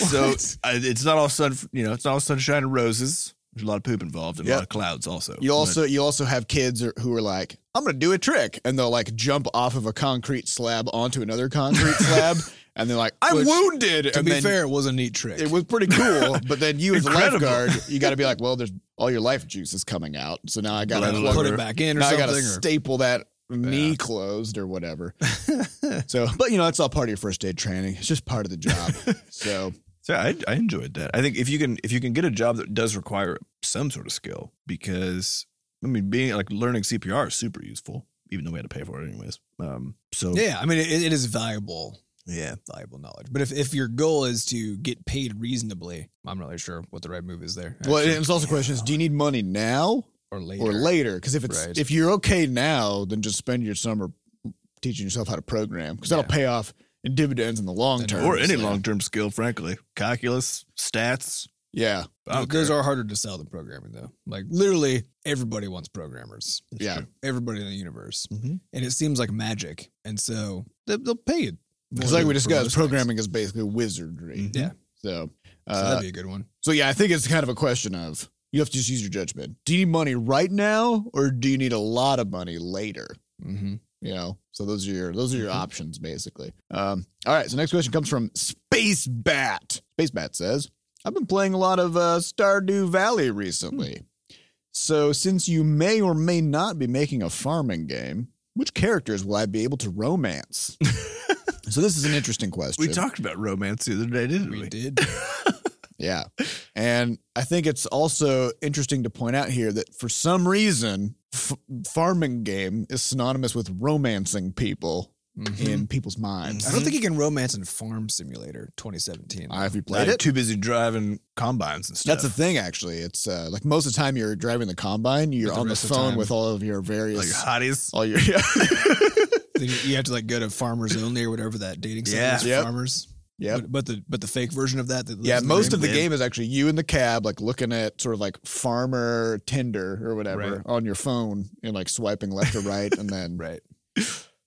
*laughs* *laughs* So uh, it's not all sun, you know, it's not all sunshine and roses. There's a lot of poop involved and a Yeah. lot of clouds also. You also you also have kids are- who are like, I'm gonna do a trick, and they'll like jump off of a concrete slab onto another *laughs* concrete slab, and they're like, I'm Which, wounded. To and be then fair, it was a neat trick. it was pretty cool. But then you as a Incredible. lifeguard, you got to be like, well, there's all your life juice is coming out, so now I got Blood to and Put it or- back in or now I something. got to or- staple that knee closed *laughs* or whatever. so, but you know, that's all part of your first aid training. It's just part of *laughs* the job. so, So I, I enjoyed that. I think if you can if you can get a job that does require some sort of skill, because I mean, being like learning CPR is super useful, even though we had to pay for it anyways. Um, so yeah, I mean it, it is valuable, yeah, valuable knowledge. But if, if your goal is to get paid reasonably, I'm not really sure what the right move is there. well, actually. it's also questions: Do you need money now or later. or later? Because if it's Right. if you're okay now, then just spend your summer teaching yourself how to program because that'll pay off in dividends in the long term. or any So, long term skill, frankly. Calculus, stats. Oh, Yeah, I don't Uh, Those care. are harder to sell than programming, though. Like literally, everybody wants programmers. That's yeah. true. Everybody in the universe, Mhm. and it seems like magic. And so they, they'll pay you. Because more like we for discussed, those programming is basically wizardry. Mhm. Yeah. So, things. So uh, that'd be a good one. so yeah, I think it's kind of a question of you have to just use your judgment. Do you need money right now, or do you need a lot of money later? hmm You know, so those are your those are your Mm-hmm. options basically. Um, all right, so next question comes from Space Bat. Space Bat says, "I've been playing a lot of uh, Stardew Valley recently. Hmm. So since you may or may not be making a farming game, which characters will I be able to *laughs* romance?" so this is an interesting question. We talked about romance the other day, didn't we? We *laughs* did. Yeah. And I think it's also interesting to point out here that for some reason, f- farming game is synonymous with romancing people Hmm. Mhm. in people's minds. I don't think you can romance in Farm Simulator 2017. Uh, have you Like, played it? Too busy driving combines and stuff. That's the thing, actually. It's uh, like most of the time you're driving the combine, you're But the on the rest of the phone time- with all of your various, Like *laughs* hotties. all your, *laughs* yeah, Then you- you have to like go to Farmers Only or whatever that dating site Yeah. is for Yep. farmers. Yep. But, but the but the fake version of that. that lives yeah. in Most name. of the Win. game is actually you in the cab, like looking at sort of like farmer Tinder or whatever Right. on your phone and like swiping left or right, and *laughs* then right.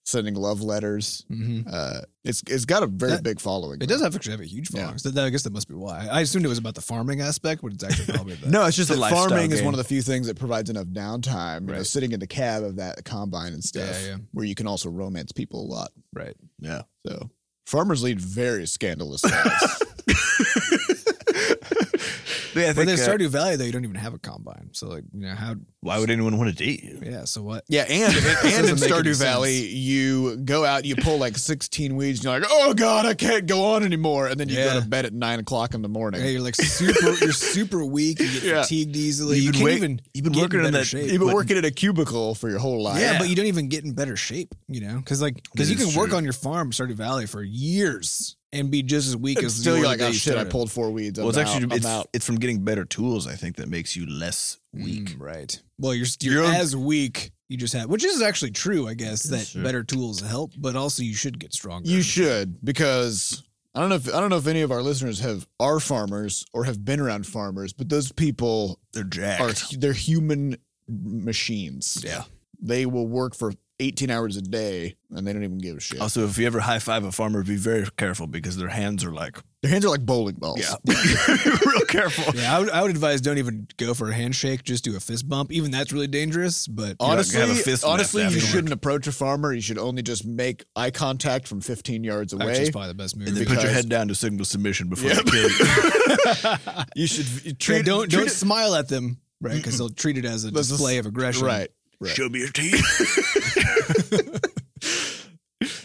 sending love letters. hmm uh, it's it's got a very That- big following. It does have actually have a huge following. Yeah. So that, I guess that must be why. I assumed it was about the farming aspect, but it's actually probably the No, it's just It's a that lifestyle farming is game. one of the few things that provides enough downtime. You know, Right. sitting in the cab of that combine and stuff, Yeah, yeah. where you can also romance people a lot. right. Yeah. So farmers lead very scandalous lives. Yeah, I But in think, uh, Stardew Valley though, you don't even have a combine. So like you know how why would anyone want to date you? yeah. So what? *laughs* yeah, and and in doesn't make any Stardew sense. Valley, you go out, you pull like sixteen weeds, and you're like, oh god, I can't go on anymore, and then you Yeah. go to bed at nine o'clock in the morning. Hey, you're like super. you're super weak. You get Yeah. fatigued easily. You've You been can't wait- even. you've been get in working on better that- shape. You've been but- working at a cubicle for your whole life. Yeah, Yeah. but you don't even get in better shape, you know, because like because That you can is work true. on your farm, Stardew Valley, for years and be just as weak And as still you you're were like, the day oh you shit, I started." pulled four weeds. I'm well, it's out. actually I'm it's, out. it's from getting better tools. I think that makes you less weak. Mm, right? Well, you're you're, You're- as weak. You just have, which is actually true, I guess, that That's true. better tools help, but also you should get stronger. You should because I don't know if I don't know if any of our listeners have are farmers or have been around farmers, but those people They're jacked. are they're human machines. Yeah. They will work for 18 hours a day and they don't even give a shit. Also, if you ever high five a farmer, be very careful because their hands are like Their hands are like bowling balls. *laughs* real careful. Yeah, I would, I would advise don't even go for a handshake. Just do a fist bump. Even that's really dangerous. But not Honestly, gonna have a fist in that honestly, you afterwards. shouldn't approach a farmer. You should only just make eye contact from 15 yards actually, *laughs* away. it's probably the best move. And then Yeah, put your Because- head down to signal submission before Yeah. they kill you. You should you treat don't treat don't smile at them, right? Because they'll treat it as a This is- display of it- aggression. right. *laughs* Right. Show me your teeth.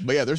But yeah, they're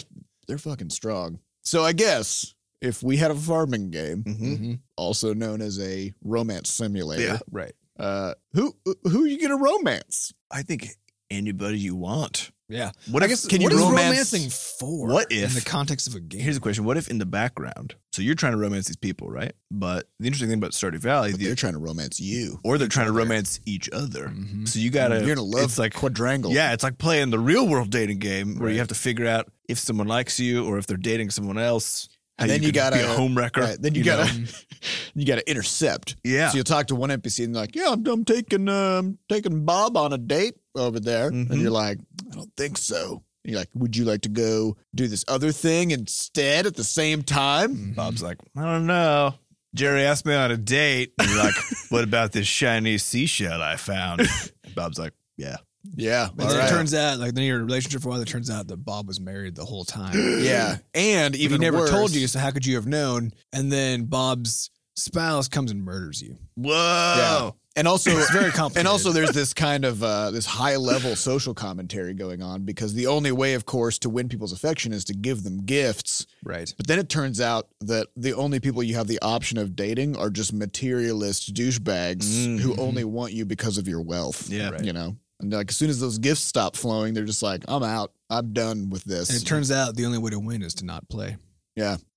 they're fucking strong. So I guess if we had a farming game, hmm also known as a romance simulator, Yeah. Right. uh, who who are you gonna romance? I think anybody you want. Yeah. What I if guess can what you is romance? romancing for? What in if- the context of a game? Here's the question: What if in the background? So you're trying to romance these people, right? But the interesting thing about Stardew Valley, They're the, trying to romance you. or they're trying to romance each other. *laughs* Mhm. So you gotta Mm-hmm. You're gonna love it's like quadrangle. Yeah, it's like playing the real world dating game where Right. you have to figure out if someone likes you or if they're dating someone else. And then you could gotta- be a home wrecker. Right, then you, know? gotta Mm-hmm. *laughs* you gotta intercept. yeah. So you'll talk to one NPC and they're like, yeah, I'm, I'm taking uh, I'm taking Bob on a date over there, and Mm-hmm. Mhm. you're like, I don't think so. And you're like, would you like to go do this other thing instead at the same time? Mhm. Bob's like, I don't know. Jerry asked me on a date. And *laughs* you're like, what about this shiny seashell I found? And Bob's like, yeah. Yeah, And all then right. it turns out, like, then your relationship for a while, it turns out that Bob was married the whole time. Yeah, and Even even he never worse, told you, so how could you have known? And then Bob's spouse comes and murders you. Whoa. And also, It's very complicated. *laughs* and also, *laughs* there's this kind of uh, this high level social commentary going on because the only way, of course, to win people's affection is to give them gifts. right. But then it turns out that the only people you have the option of dating are just materialist douchebags who Mhm. only want you because of your wealth. Yeah. you know. And like as soon as those gifts stop flowing, they're just like, "I'm out. I'm done with And this." it turns out the only way to win is to not play.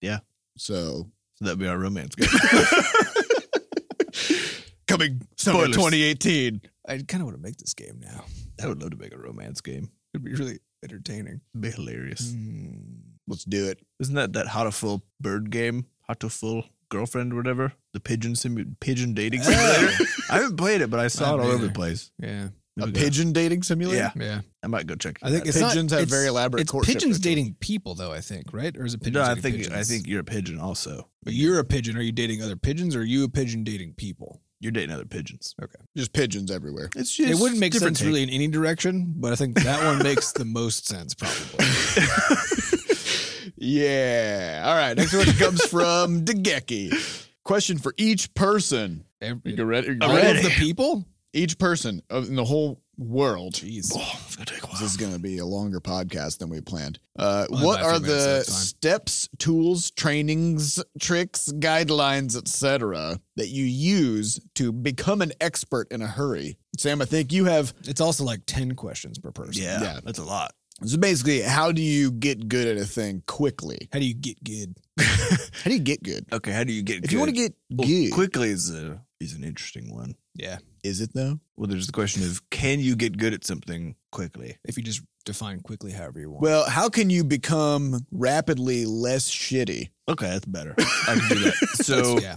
so So that'd be our romance game. *laughs* coming summer Spoilers. 2018. I kind of want to make this game now. I would love to make a romance game. It'd be really, entertaining. Hmm. Be hilarious. Let's do it. Isn't that that how to full bird game? How to full girlfriend or whatever? The pigeon simu- pigeon Oh. dating simulator. I haven't played it, but I saw it all haven't over the either. place. *laughs* Yeah, A Maybe pigeon dating simulator? Yeah. yeah. I might go check. I think that it's out. not- Pigeons have it's- very elaborate It's courtship pigeons rituals. dating people, though. I think, right? Or is it pigeons? no, I dating think I pigeons? think you're a pigeon also. But you're a pigeon. Are you dating other pigeons, or are you a pigeon dating people? You're dating other pigeons. Just pigeons everywhere. It's it wouldn't make different sense take. really in any direction, but I think that one makes the most sense probably. *laughs* *laughs* Yeah. All right. Next one comes *laughs* from Degeki. Question for each person. Every, ready? all of ready. the people. Each person of, in the whole world. Jeez. Oh, it's gonna take a This while. is going to be a longer podcast than we planned. Uh, Well, what about a are few minutes, the so it's fine. steps, tools, trainings, tricks, guidelines, etc., that you use to become an expert in a hurry? Sam, I think you have. It's also like ten questions per person. Yeah, Yeah. that's a lot. So basically, how do you get good at a thing quickly? How do you get good? How do you get good? Okay, how do you get? If you want to good? get Well, good, quickly is a is an interesting one. Yeah. is it though? Well, there's the question of can you get good at something quickly? If you just define quickly however you want. Well, how can you become rapidly less shitty? Okay, that's better. I can do that. *laughs* So yeah.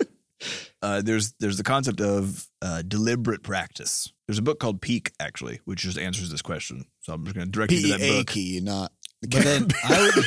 uh, there's there's the concept of uh, deliberate practice. There's a book called Peak actually, which just answers this question. So I'm just going to direct you P E to that A book. K, not But *laughs* then I would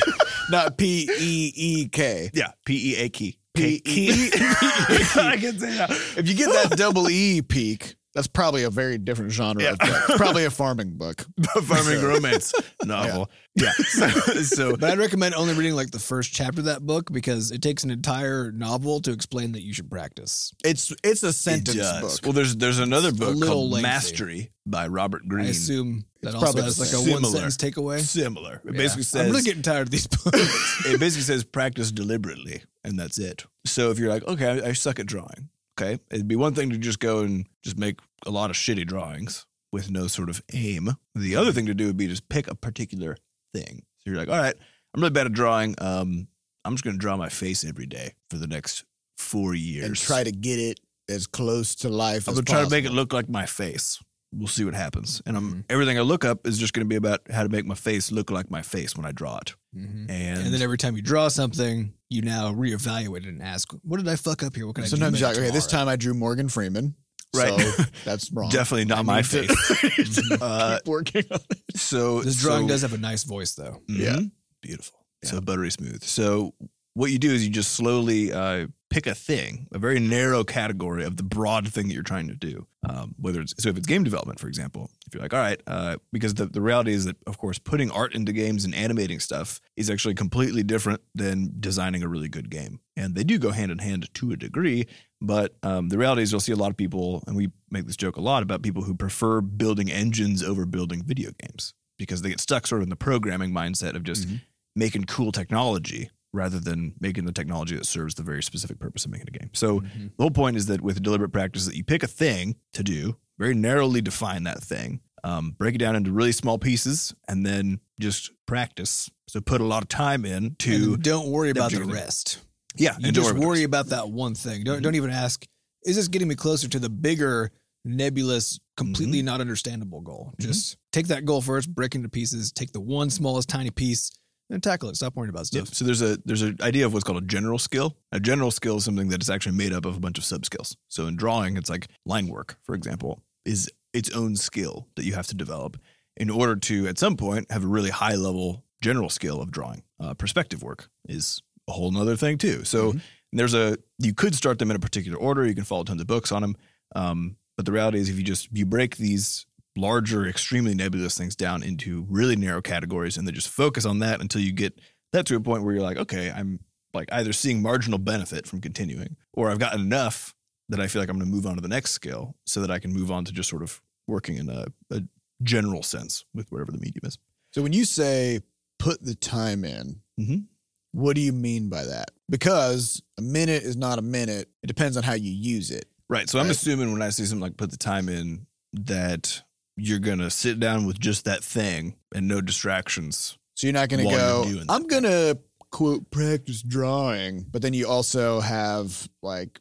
not P E E K. Yeah, P E A K. P E. *laughs* I can say that. If you get *laughs* that double E peak, that's probably a very different genre of book. It's probably *laughs* a farming book. Farming romance novel. *laughs* Yeah. So, so But I'd recommend only reading like the first chapter of that book because it takes an entire novel to explain that you should practice. It's it's a it sentence does. book. Well, there's there's another book little called lengthy. Mastery by Robert I Greene. assume that It's also probably has the like a same. one Similar. sentence takeaway. Similar. It Yeah. basically says I'm really getting tired of these *laughs* books. it basically says practice deliberately and that's it so if you're like okay I, I suck at drawing okay it'd be one thing to just go and just make a lot of shitty drawings with no sort of aim the other thing to do would be just pick a particular thing so you're like all right i'm really bad at drawing um i'm just going to draw my face every day for the next four years and try to get it as close to life i'm as going to try to possible. Mm-hmm. make it look like my face we'll see what happens and i'm everything i look up is just going to be about how to make my face look like my face when i draw it Mhm. and, And then every time you draw something, you now reevaluate it and ask, "What did I fuck up here? What can I do?" Sometimes you're like, better okay, this tomorrow?" time I drew Morgan Freeman. Right. *laughs* So that's wrong. definitely not I my need to- face *laughs* uh, Keep working on it. *laughs* So This drawing *laughs* so- does Mm-hmm. have a nice voice though. Mhm. Yeah. beautiful. So buttery smooth. So what you do is you just slowly uh, pick a thing, a very narrow category of the broad thing that you're trying to do. Um, whether it's so if it's game development, for example, if you're like, all right, uh, because the, the reality is that of course putting art into games and animating stuff is actually completely different than designing a really good game, and they do go hand in hand to a degree. But um, the reality is, you'll see a lot of people, and we make this joke a lot about people who prefer building engines over building video games because they get stuck sort of in the programming mindset of just Mhm. making cool technology rather than making the technology that serves the very specific purpose of making a game. So Mhm. the whole point is that with deliberate practice, that you pick a thing to do, very narrowly define that thing, um, break it down into really small pieces, and then just practice. So put a lot of time in And to then don't worry about the particular thing. rest. yeah, You and just don't worry about about that one thing. Don't don't even ask, is this getting me closer to the bigger, nebulous, completely not understandable goal? Mhm. Just take that goal first, break into pieces, take the one smallest tiny piece, and tackle it. Stop worrying about it. Yep. stuff. So there's a there's an idea of what's called a general skill. A general skill is something that is actually made up of a bunch of sub skills. So in drawing, it's like line work, for example, is its own skill that you have to develop in order to at some point have a really high level general skill of drawing. Uh, perspective work is a whole nother thing too. So Mm-hmm. there's a you could start them in a particular order. You can follow tons of books on them. Um, but the reality is, if you just you break these larger, extremely nebulous things down into really narrow categories, and then just focus on that until you get that to a point where you're like, okay, I'm like either seeing marginal benefit from continuing, or I've gotten enough that I feel like I'm going to move on to the next skill, so that I can move on to just sort of working in a, a general sense with whatever the medium is. So when you say put the time in, Mhm. what do you mean by that? Because a minute is not a minute. It depends on how you use it. Right. So I'm Right. assuming when I see something like put the time in that you're gonna sit down with just that thing and no distractions. So you're not going to While go, you're doing that. I'm going to quote practice drawing, but then you also have like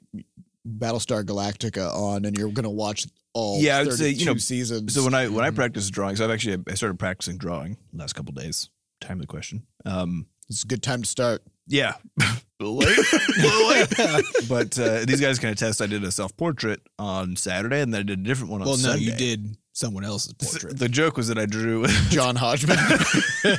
Battlestar Galactica on and you're going to watch all Yeah, I would say, you know, 32 seasons. So when I when I practice drawing, so I've actually I started practicing drawing the last couple days. Timely question. Um, it's a good time to start. *laughs* yeah, late, *laughs* but uh, these guys can attest. I did a self portrait on Saturday, and then I did a different one on well, no, Sunday. you did someone else's S- portrait. The joke was that I drew John *laughs* Hodgman.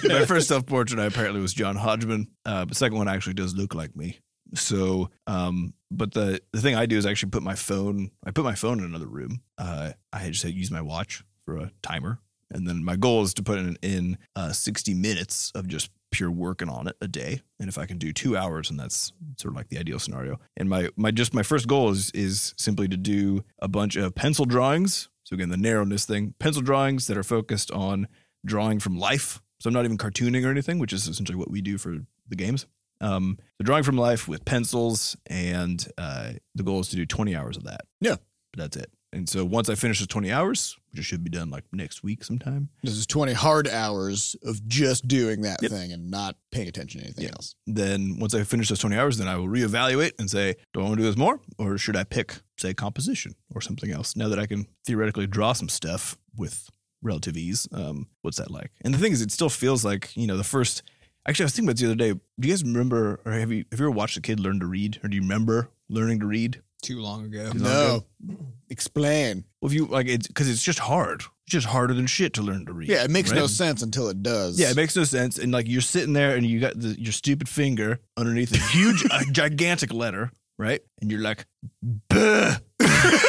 my first self portrait. I apparently was John Hodgman. Uh, but second one actually does look like me. So, um, but the the thing I do is actually put my phone. I put my phone in another room. Uh, I just use my watch for a timer, and then my goal is to put in, in uh, sixty minutes of just pure working on it a day. And if I can do two hours, and that's sort of like the ideal scenario. And my my just my first goal is is simply to do a bunch of pencil drawings. So again, the narrowness thing, pencil drawings that are focused on drawing from life. So I'm not even cartooning or anything, which is essentially what we do for the games. Um, so drawing from life with pencils, and uh, the goal is to do 20 hours of that. Yeah. but that's it. And so once I finish the 20 hours, which it should be done like next week sometime, this is 20 hard hours of just doing that Yep. thing and not paying attention to anything Yeah. else. then once I finish those 20 hours, then I will reevaluate and say, do I want to do this more, or should I pick, say, composition or something else? Now that I can theoretically draw some stuff with relative ease, um, what's that like? And the thing is, it still feels like you know the first. Actually, I was thinking about this the other day. Do you guys remember, or have you have you ever watched a kid learn to read, or do you remember learning to read? too long ago. Is that No. Explain. Well, if you like, it's because it's just hard. It's just harder than shit to learn to read. Yeah, it makes no right? sense until it does. Yeah, it makes no sense. And like, you're sitting there and you got the, your stupid finger underneath a huge, *laughs* a gigantic letter, right? And you're like, "Buh." *laughs*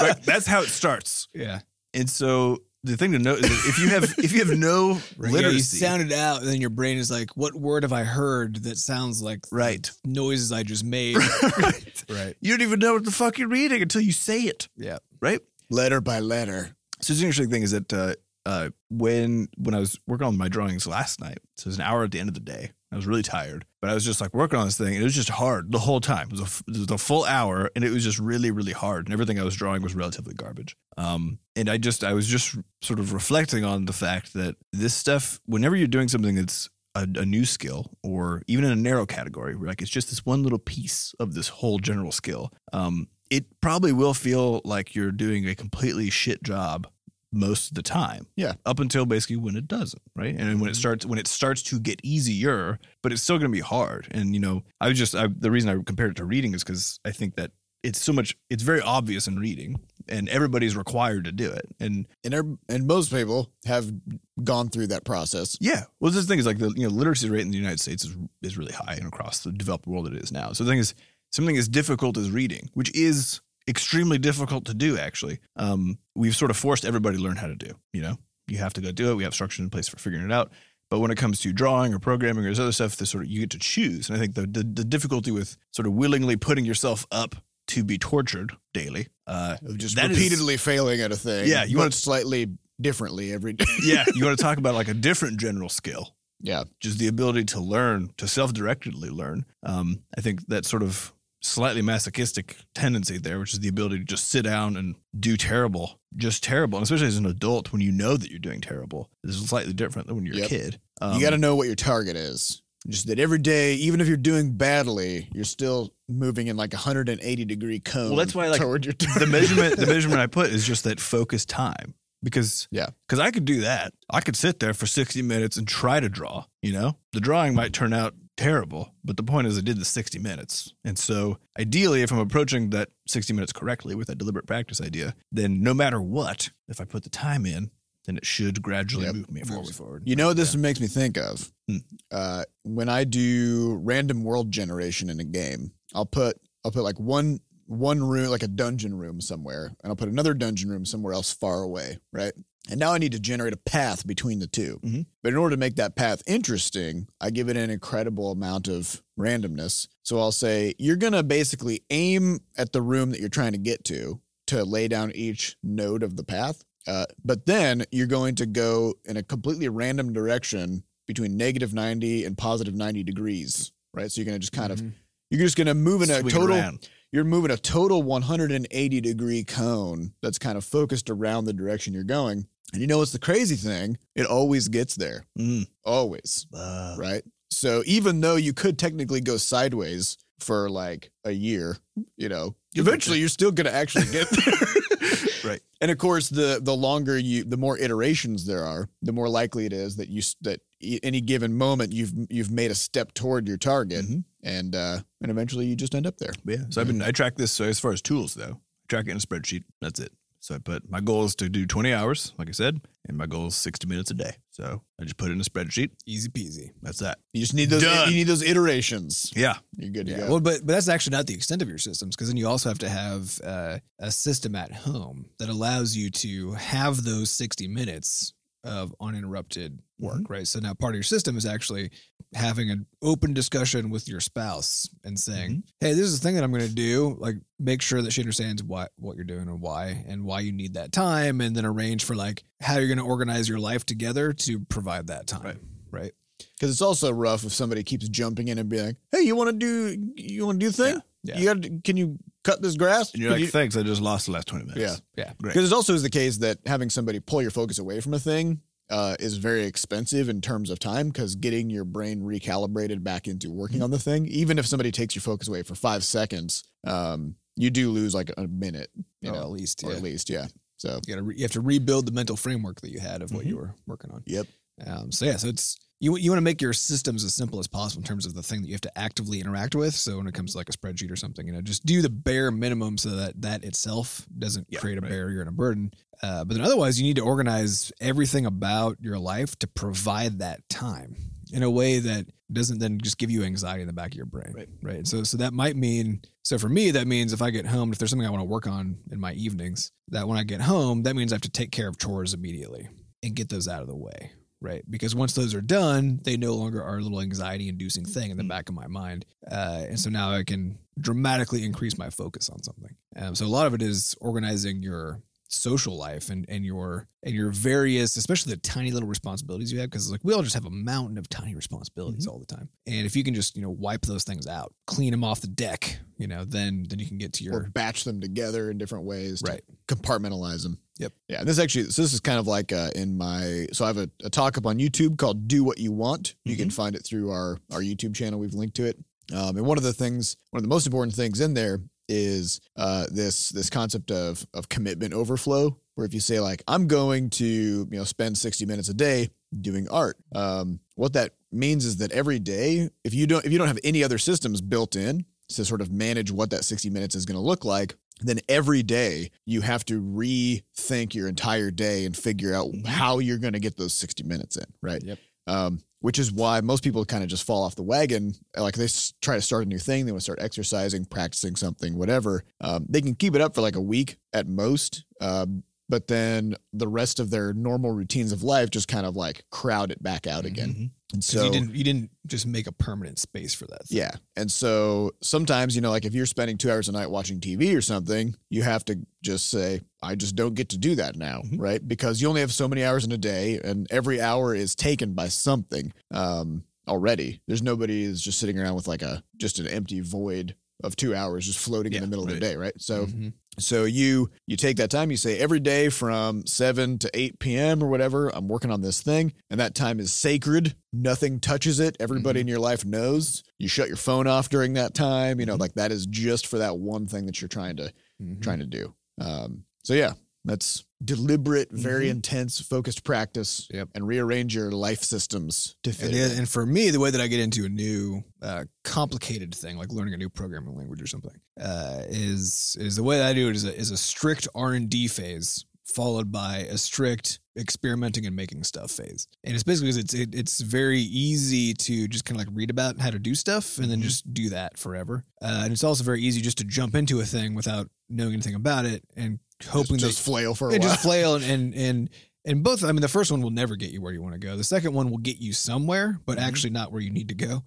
Right? that's how it starts. Yeah, And so the thing to note is that if you have if you have *laughs* no right. Yeah, you literacy, sound it out, and then your brain is like, "What word have I heard that sounds like the right, noises I just made?" right, *laughs* right. you don't even know what the fuck you're reading until you say it. Yeah. right. letter by letter. So it's an interesting thing is that uh, uh, when when I was working on my drawings last night, so it was an hour at the end of the day. I was really tired, but I was just like working on this thing, and it was just hard the whole time. It was a, f- it was a full hour, and it was just really, really hard. And everything I was drawing was relatively garbage. Um, and I just I was just sort of reflecting on the fact that this stuff, whenever you're doing something that's a, a new skill or even in a narrow category where like it's just this one little piece of this whole general skill um it probably will feel like you're doing a completely shit job most of the time Yeah. up until basically when it doesn't right and when it starts when it starts to get easier but it's still going to be hard and you know i was just I, the reason i compared it to reading is because i think that it's so much it's very obvious in reading and everybody's required to do it and And er- and most people have gone through that process. Yeah. Well, this thing is like the you know literacy rate in the United States is is really high, and across the developed world it is now. So the thing is, something as difficult as reading, which is extremely difficult to do, actually, um, we've sort of forced everybody to learn how to do. You know, you have to go do it. We have structure in place for figuring it out. But when it comes to drawing or programming or this other stuff, this sort of you get to choose. And I think the the, the difficulty with sort of willingly putting yourself up to be tortured daily uh, of just That is- repeatedly failing at a thing. Yeah, you but want- slightly differently every day. yeah, you want to talk about like a different general skill. Yeah. Just the ability to learn, to self directedly learn. Um, I think that sort of slightly masochistic tendency there, which is the ability to just sit down and do terrible, just terrible. And especially as an adult, when you know that you're doing terrible, this is slightly different than when you're Yep. a kid. Um, you got to know what your target is. Just that every day, even if you're doing badly, you're still moving in like a 180 degree cone. that's why, like, toward your target. the measurement the measurement I put is just that focus time because Yeah. because I could do that I could sit there for 60 minutes and try to draw you know the drawing might turn out terrible but the point is I did the 60 minutes and so ideally if I'm approaching that 60 minutes correctly with that deliberate practice idea then no matter what if I put the time in then it should gradually Yep. move me forward. You know, what this makes me think of Hmm. uh, when I do random world generation in a game. I'll put I'll put like one one room, like a dungeon room somewhere, and I'll put another dungeon room somewhere else far away, right? And now I need to generate a path between the 2 Mhm. But in order to make that path interesting, I give it an incredible amount of randomness. So I'll say you're gonna basically aim at the room that you're trying to get to to lay down each node of the path. Uh, but then you're going to go in a completely random direction between negative 90 and positive 90 degrees, right? So you're going to just kind of, Mhm. you're just going to move in a Mm-hmm. Swing total, around. you're moving a total 180 degree cone that's kind of focused around the direction you're going. And you know what's the crazy thing? It always gets there, Mm. always Uh, right? So even though you could technically go sideways for like a year, you know, get eventually you're still going to actually get there. Right. And of course, the the longer you, the more iterations there are, the more likely it is that you s- that e- any given moment you've you've made a step toward your target, Mhm. and uh, and eventually you just end up there. But yeah. So I've been I track this. So as far as tools though, I track it in a spreadsheet. That's it. So I put my goal is to do 20 hours, like I said, and my goal is 60 minutes a day. So I just put it in a spreadsheet. Easy peasy. That's that. You just need those Done. you need those iterations. Yeah. You're good to Yeah. go. Well, but but that's actually not the extent of your systems because then you also have to have uh, a system at home that allows you to have those sixty minutes of uninterrupted work, Mm-hmm. right? So now part of your system is actually having an open discussion with your spouse and saying, Mm-hmm. "Hey, this is the thing that I'm going to do. Like, make sure that she understands what what you're doing and why, and why you need that time, and then arrange for like how you're going to organize your life together to provide that time." Right. Right. Because it's also rough if somebody keeps jumping in and being like, "Hey, you want to do you want to do the thing? Yeah. You got to can you cut this grass? And you're Can like, you-" thanks. I just lost the last 20 minutes. Yeah. Yeah. Great. Because it also is the case that having somebody pull your focus away from a thing uh, is very expensive in terms of time because getting your brain recalibrated back into working on the thing, even if somebody takes your focus away for five seconds, um, you do lose like a minute, you Oh, know, at least. or yeah. at least, yeah. So you gotta re- you have to rebuild the mental framework that you had of what Mm-hmm. you were working on. Yep. Um, so yeah, so it's you you want to make your systems as simple as possible in terms of the thing that you have to actively interact with. So when it comes to like a spreadsheet or something, you know, just do the bare minimum so that that itself doesn't Yeah, create a right. barrier and a burden. Uh, but then otherwise, you need to organize everything about your life to provide that time in a way that doesn't then just give you anxiety in the back of your brain. Right. Right. So so that might mean so for me that means if I get home, if there's something I want to work on in my evenings, that when I get home, that means I have to take care of chores immediately and get those out of the way. Right. Because once those are done, they no longer are a little anxiety inducing thing in the Mm-hmm. Mm. back of my mind. Uh, and so now I can dramatically increase my focus on something. Um, so a lot of it is organizing your social life and and your and your various especially the tiny little responsibilities you have because like we all just have a mountain of tiny responsibilities Mm-hmm. all the time and if you can just you know wipe those things out clean them off the deck you know then then you can get to or your batch them together in different ways to Right. compartmentalize them. Yep. Yeah. And this actually, so this is kind of like uh, in my, so I have a, a talk up on YouTube called Do What You Want. You can find it through our, our YouTube channel. We've linked to it. Um, and one of the things, one of the most important things in there is uh, this, this concept of, of commitment overflow, where if you say like, I'm going to, you know, spend 60 minutes a day doing art. Um, what that means is that every day, if you don't, if you don't have any other systems built in, to sort of manage what that 60 minutes is going to look like, then every day you have to rethink your entire day and figure out how you're going to get those 60 minutes in, right? Mm-hmm. Yep. Um, which is why most people kind of just fall off the wagon. Like they s- try to start a new thing, they want to start exercising, practicing something, whatever. Um, they can keep it up for like a week at most. Um, but then the rest of their normal routines of life just kind of like crowd it back out again. Mhm. And Mm-hmm. 'cause you didn't you didn't just make a permanent space for that thing. yeah. And so sometimes, you know, like if you're spending two hours a night watching TV or something, you have to just say, I just don't get to do that now, Mhm. right? Because you only have so many hours in a day and every hour is taken by something um, already. There's nobody is just sitting around with like a just an empty void of two hours just floating in Yeah, the middle of right. the day, right? So Mhm. so you you take that time. You say every day from seven to eight p.m. or whatever. I'm working on this thing, and that time is sacred. Nothing touches it. Mm-hmm. Everybody in your life knows. You shut your phone off during that time. You know, Mm-hmm. Mhm. like that is just for that one thing that you're trying to Mhm. trying to do. Um, so yeah, that's deliberate, very Mhm. intense, focused practice, Mm-hmm. Yep. and rearrange your life systems to fit. And, it. the- and for me, the way that I get into a new uh, complicated thing, like learning a new programming language or something, uh, is is the way that I do it is a, is a strict R and D phase followed by a strict experimenting and making stuff phase. And it's basically 'cause it's it, it's very easy to just kind of like read about how to do stuff and then Mhm. Mm-hmm. just do that forever. Uh, and it's also very easy just to jump into a thing without knowing anything about it and hoping just, that just flail for a yeah, while. *laughs* just flail and, and and and both. I mean, the first one will never get you where you want to go. The second one will get you somewhere, but Mhm. Mm-hmm. actually not where you need to go.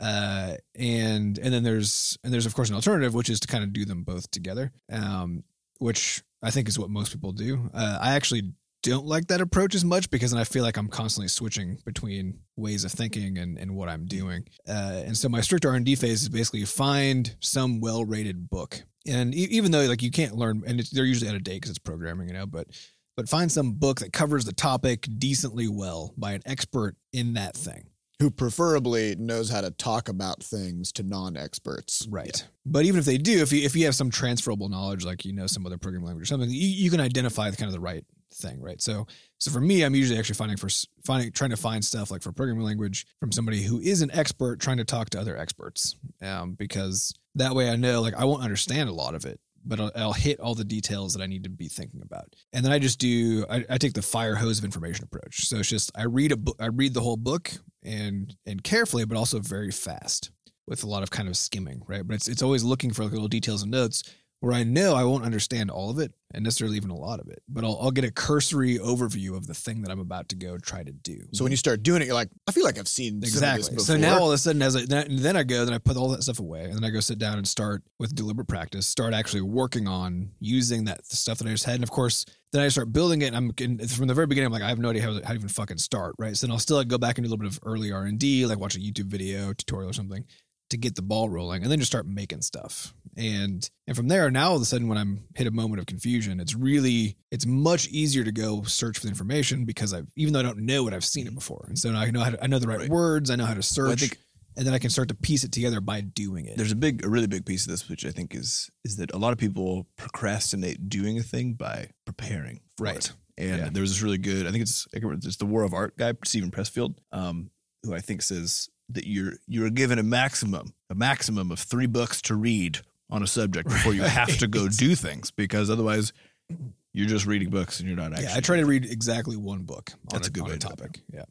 Uh, and and then there's and there's of course an alternative, which is to kind of do them both together. Um, which I think is what most people do. Uh, I actually don't like that approach as much because then I feel like I'm constantly switching between ways of thinking and, and what I'm doing. Uh, and so my strict R&D phase is basically find some well-rated book. And e- even though like you can't learn and it's, they're usually out of date because it's programming, you know, but but find some book that covers the topic decently well by an expert in that thing. who preferably knows how to talk about things to non-experts. Right. But even if they do, if you if you have some transferable knowledge, like you know some other programming language or something, you, you can identify the kind of the right thing, right? So so for me, I'm usually actually finding for s- finding trying to find stuff like for programming language from somebody who is an expert trying to talk to other experts, um, because that way I know like I won't understand a lot of it, but I'll, I'll hit all the details that I need to be thinking about. And then I just do I, I take the fire hose of information approach. So it's just I read a book, I read the whole book and and carefully, but also very fast with a lot of kind of skimming, right? But it's it's always looking for like little details and notes where I know I won't understand all of it and necessarily even a lot of it, but I'll, I'll get a cursory overview of the thing that I'm about to go try to do. So when you start doing it, you're like, I feel like I've seen some of this Mm-hmm. Exactly. So before. now all of a sudden, as I then, then I go, then I put all that stuff away, and then I go sit down and start with deliberate practice, start actually working on using that stuff that I just had, and of course, then I start building it. And I'm and from the very beginning, I'm like, I have no idea how, how to even fucking start, right? So then I'll still like, go back and do a little bit of early R and D, like watch a YouTube video tutorial or something to get the ball rolling, and then just start making stuff. And and from there, now all of a sudden, when I'm hit a moment of confusion, it's really it's much easier to go search for the information because I've even though I don't know it, I've seen it before, and so now I know how to, I know the right, Mm-hmm. Right. words, I know how to search, Well, I think and then I can start to piece it together by doing it. there's a big, a really big piece of this, which I think is is that a lot of people procrastinate doing a thing by preparing, for Right. it. And Yeah. there was this really good, I think it's I can't remember, it's the War of Art guy, Stephen Pressfield, um, who I think says that you're you're given a maximum, a maximum of three books to read on a subject before you have to go do things because otherwise you're just reading books and you're not actually. yeah, I try to read exactly one book. On That's a, a good on way a to do it. topic. Yeah.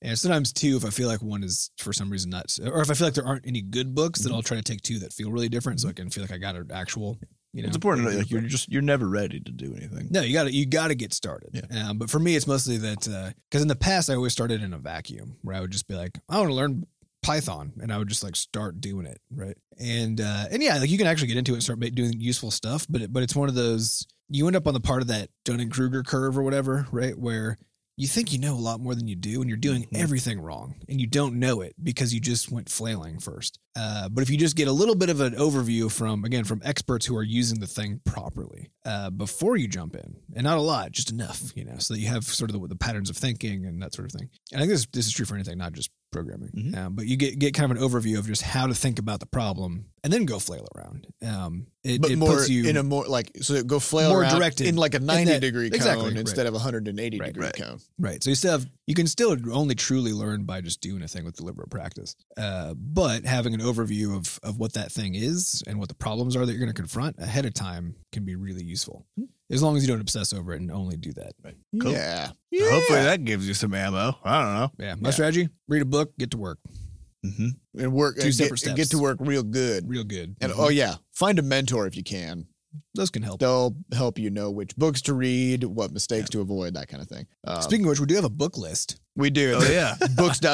And sometimes two, if I feel like one is for some reason not, or if I feel like there aren't any good books, Mm-hmm. then I'll try to take two that feel really different, so I can feel like I got an actual. You know, it's important. to know, Like you're just you're never ready to do anything. No, you got to you got to get started. Um, but for me, it's mostly that because in the past I always started in a vacuum where I would just be like, I want to learn Python, and I would just like start doing it, right? And uh, and yeah, like you can actually get into it and start ma- doing useful stuff, but it, but it's one of those you end up on the part of that Dunning Kruger curve or whatever, right? Where you think you know a lot more than you do, and you're doing Mm-hmm. Mhm. everything wrong, and you don't know it because you just went flailing first. Uh, but if you just get a little bit of an overview from, again, from experts who are using the thing properly uh, before you jump in, and not a lot, just enough, you know, so that you have sort of the, the patterns of thinking and that sort of thing. And I think this this is true for anything, not just programming. Mm-hmm. Mhm. Um, but you get get kind of an overview of just how to think about the problem, and then go flail around. Um, it, but it more puts you in a more like so go flail More around directed. in like a 90 that- degree cone exactly, right. instead of a 180 Right, degree right. cone. Right. So you still have you can still only truly learn by just doing a thing with deliberate practice. Uh, but having an overview of of what that thing is and what the problems are that you're going to confront ahead of time can be really useful. As long as you don't obsess over it and only do that. Cool. Yeah. Hopefully Yeah. that gives you some ammo. I don't know. Yeah. My Yeah. strategy: read a book, get to work, *laughs* Mm-hmm. and work Two and get, separate and get steps. to work real good. real good. Mm-hmm. And oh yeah, find a mentor if you can. those can help. They'll help you know which books to read, what mistakes to avoid, that kind of thing. Um, Speaking of which, we do have a book list. we do Oh yeah.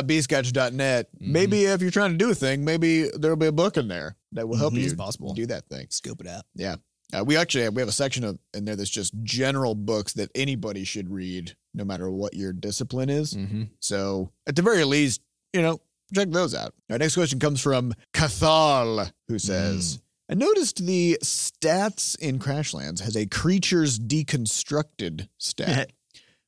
books.bscotch.net. Maybe Mm-hmm. if you're trying to do a thing, maybe there'll be a book in there that will help Mhm. Mm-hmm. It's you possible. do that thing. Scope it out. Uh, we actually have, we have a section of in there that's just general books that anybody should read, no matter what your discipline is. Mm-hmm. So at the very least, you know, check those out. Our next question comes from Cathal, who says, I noticed the stats in Crashlands has a creatures deconstructed stat.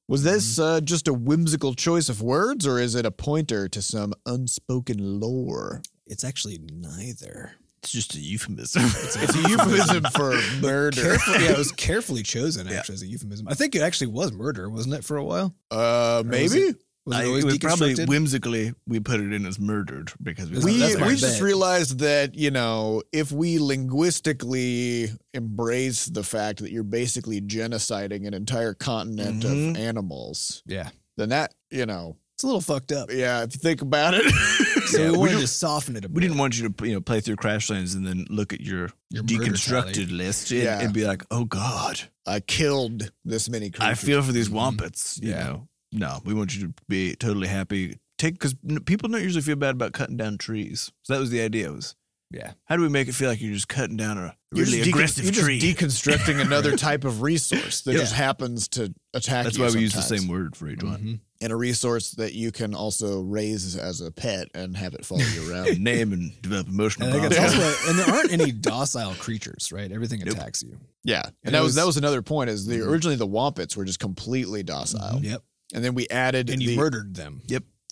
Was this uh, just a whimsical choice of words, or is it a pointer to some unspoken lore? It's actually neither. *laughs* It's just *laughs* a euphemism. It's a euphemism for murder. Carefully, yeah, it *laughs* was carefully chosen Yeah. actually as a euphemism. I think it actually was murder, wasn't it, for a while? Uh, was maybe Was I- it always it was probably deconstructed? whimsically we put it in as murdered because That's we that's my we bet. just realized that you know if we linguistically embrace the fact that you're basically genociding an entire continent Mhm. of animals, yeah. then that you know It's a little fucked up. yeah if you think about it, *laughs* So Yeah, we we wanted don't- to soften it a bit. we didn't want you to you know play through Crashlands and then look at your, Your murder deconstructed list and, Yeah. and be like, oh god, I killed this many creatures. I feel for these Mhm. wampets. You Yeah. know, no, we want you to be totally happy. Take because people don't usually feel bad about cutting down trees. So that was the idea. Was Yeah. how do we make it feel like you're just cutting down a You're really just decon- aggressive you're just tree? deconstructing *laughs* another type of resource that Yeah. just happens to attack. That's you why we use the sometimes. same word for each one. Mhm. and a resource that you can also raise as a pet and have it follow you *laughs* around. Name and develop Mm-hmm. And, emotional I think it's bonds. also- and there aren't *laughs* any docile creatures, right? Everything Nope. attacks you. Yeah, and, And it that was, was- that was another point. Is the Mhm. originally the Wampets were just completely docile, Yep. and then we added Mm-hmm. And the you murdered them.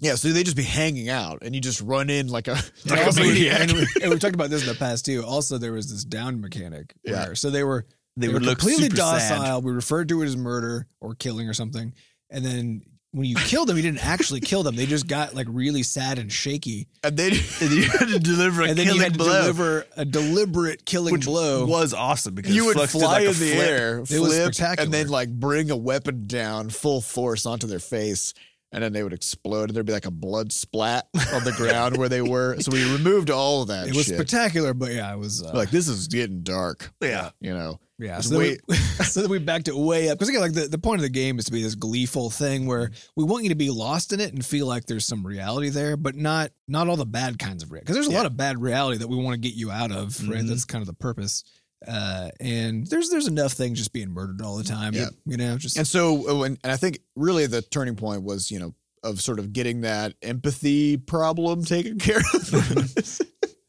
Yeah, so they just be hanging out, and you just run in like a *laughs* *laughs* Like a *laughs* also- maniac. and, we, and we talked about this in the past too. Also, there was this down mechanic. Yeah. Where, so they were They they, would were look completely super docile. sad. We referred to it as murder or killing or something. And then when you killed them, you didn't actually kill them. They just got like really sad and shaky. and they *laughs* And you had to deliver a And then killing you had to blow, deliver a deliberate killing which blow. was awesome because you would Flux did fly like a in the flip. air, It was flip, and spectacular. then like bring a weapon down full force onto their face, and then they would explode, and there'd be like a blood splat on the ground where they *laughs* were. So we removed all of that. it was shit. spectacular, but yeah, it was uh, like this is getting dark. Yeah. you know. yeah. was So, then we, *laughs* so then we backed it way up because again, like the, the point of the game is to be this gleeful thing where we want you to be lost in it and feel like there's some reality there, but not not all the bad kinds of reality. Because there's a lot of bad reality that we want to get you out of, right? Mm-hmm. Mhm. That's kind of the purpose. Uh, and there's there's enough things just being murdered all the time. Yeah. You know, just And so, oh, and, and I think really the turning point was you know of sort of getting that empathy problem taken care of *laughs* *laughs*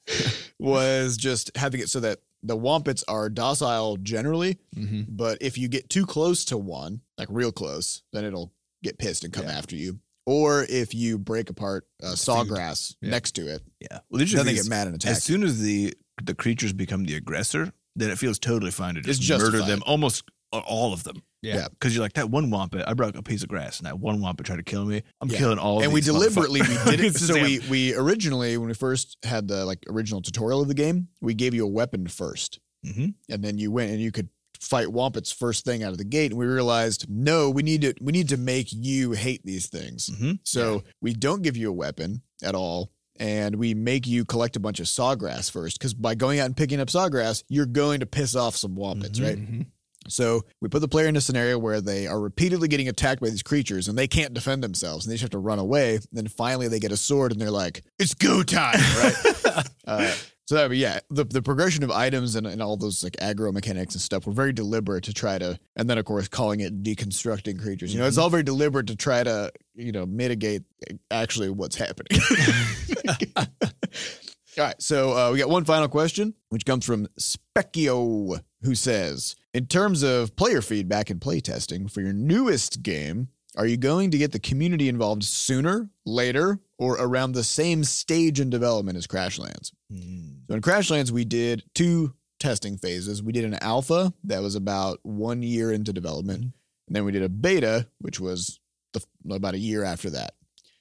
was just having it so that the wampets are docile generally, Mhm. But if you get too close to one, like real close, then it'll get pissed and come Yeah. after you. Or if you break apart uh, It's sawgrass Yeah. next to it, Yeah. Well, the then interesting they thing get is, mad and attack. as soon as the the creatures become the aggressor, then it feels totally fine to just It's murder justified. them, almost a- all of them. Yeah. Yeah. Because you're like that one wampet. I brought a piece of grass, and that one wampet tried to kill me. I'm Yeah. killing all. of and we these deliberately we motherfuckers. *laughs* did it. It's so damn- we we originally when we first had the like original tutorial of the game, we gave you a weapon first, Mhm. and then you went and you could fight wampets first thing out of the gate. And we realized no, we need to we need to make you hate these things. Mhm. So we don't give you a weapon at all. And we make you collect a bunch of sawgrass first, because by going out and picking up sawgrass, you're going to piss off some wampets, Mhm. right? Mhm. So we put the player in a scenario where they are repeatedly getting attacked by these creatures and they can't defend themselves and they just have to run away. Then finally they get a sword and they're like, it's go time, right? *laughs* uh, so that, yeah, the, the progression of items and, and all those like aggro mechanics and stuff were very deliberate to try to, and then of course calling it deconstructing creatures. You know, it's all very deliberate to try to, you know, mitigate eh, actually what's happening. *laughs* all right, so uh, we got one final question, which comes from Specchio, who says, "In terms of player feedback and playtesting for your newest game, are you going to get the community involved sooner, later, or around the same stage in development as Crashlands?" Mhm. So in Crashlands, we did two testing phases. We did an alpha that was about one year into development, and then we did a beta, which was the, about a year after that,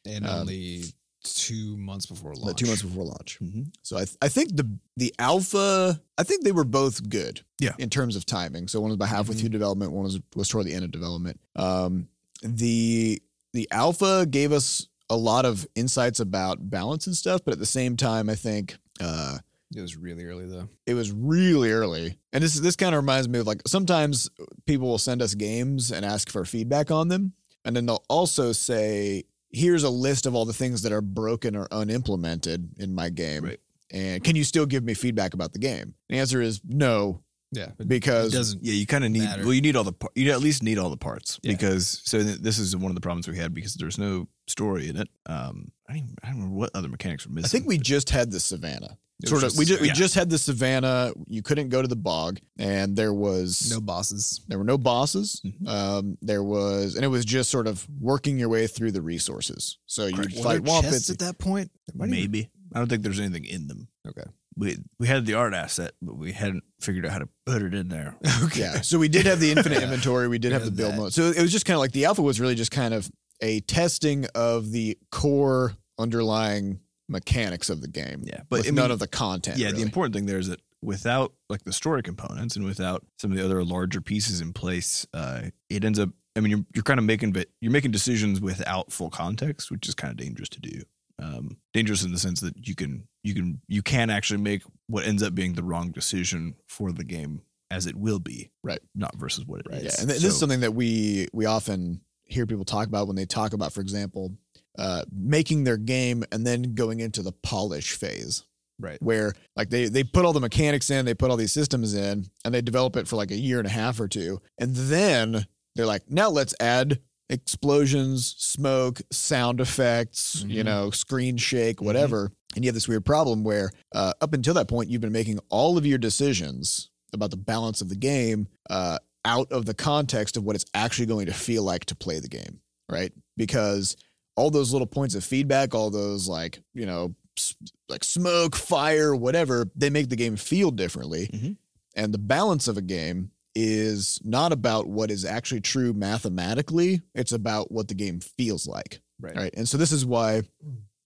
and Um, only two months before like launch. two months before launch. Mhm. So I, I think the the alpha, I think they were both good. Yeah. In terms of timing, so one was about halfway Mhm. through development, one was was toward the end of development. Um, the the alpha gave us a lot of insights about balance and stuff, but at the same time, I think. Uh, It was really early though. it was really early. And this this kind of reminds me of like sometimes people will send us games and ask for feedback on them, and then they'll also say, "Here's a list of all the things that are broken or unimplemented in my game." Right. And can you still give me feedback about the game? The answer is no, Yeah. It because doesn't Yeah, you kind of need. Matter. Well, you need all the. par- You at least need all the parts Yeah. because. So th- this is one of the problems we had because there's no story in it. Um, I don't, even, I don't remember what other mechanics were missing. I think we just had the savannah. It was Sort of, just we just we yeah. just had the savannah. You couldn't go to the bog, and there was no bosses. There were no bosses. Mhm. Um, there was, and it was just sort of working your way through the resources. So you Correct. would Were fight there chests wampets. at that point. There might even- maybe. I don't think there's anything in them. Okay. We we had the art asset, but we hadn't figured out how to put it in *laughs* there. *laughs* Okay. Yeah. So we did have the infinite inventory. We did We have the had build that. mode. So it was just kind of like the alpha was really just kind of a testing of the core underlying mechanics of the game. Yeah, but But I mean, none of the content. yeah, the really. important thing there is that without like the story components and without some of the other larger pieces in place, uh, it ends up. I mean, you're you're kind of making but you're making decisions without full context, which is kind of dangerous to do. Um, dangerous in the sense that you can you can you can actually make what ends up being the wrong decision for the game as it will be, Right. Not versus what it is. Right. Yeah, and th- this is something that we we often hear people talk about when they talk about, for example, uh, making their game and then going into the polish phase. Right. Where like they they put all the mechanics in, they put all these systems in, and they develop it for like a year and a half or two, and then they're like, now let's add explosions, smoke, sound effects, you Mhm. know, screen shake, whatever. And you have this weird problem where uh, up until that point, you've been making all of your decisions about the balance of the game uh, out of the context of what it's actually going to feel like to play the game, right? Because all those little points of feedback, all those like, you know, s- like smoke, fire, whatever, they make the game feel differently. Mhm. And the balance of a game is not about what is actually true mathematically, it's about what the game feels like. Right. Right. And so this is why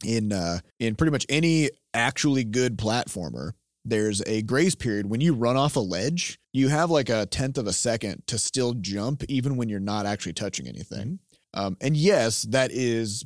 in uh in pretty much any actually good platformer, there's a grace period when you run off a ledge you have like a tenth of a second to still jump even when you're not actually touching anything um, and yes that is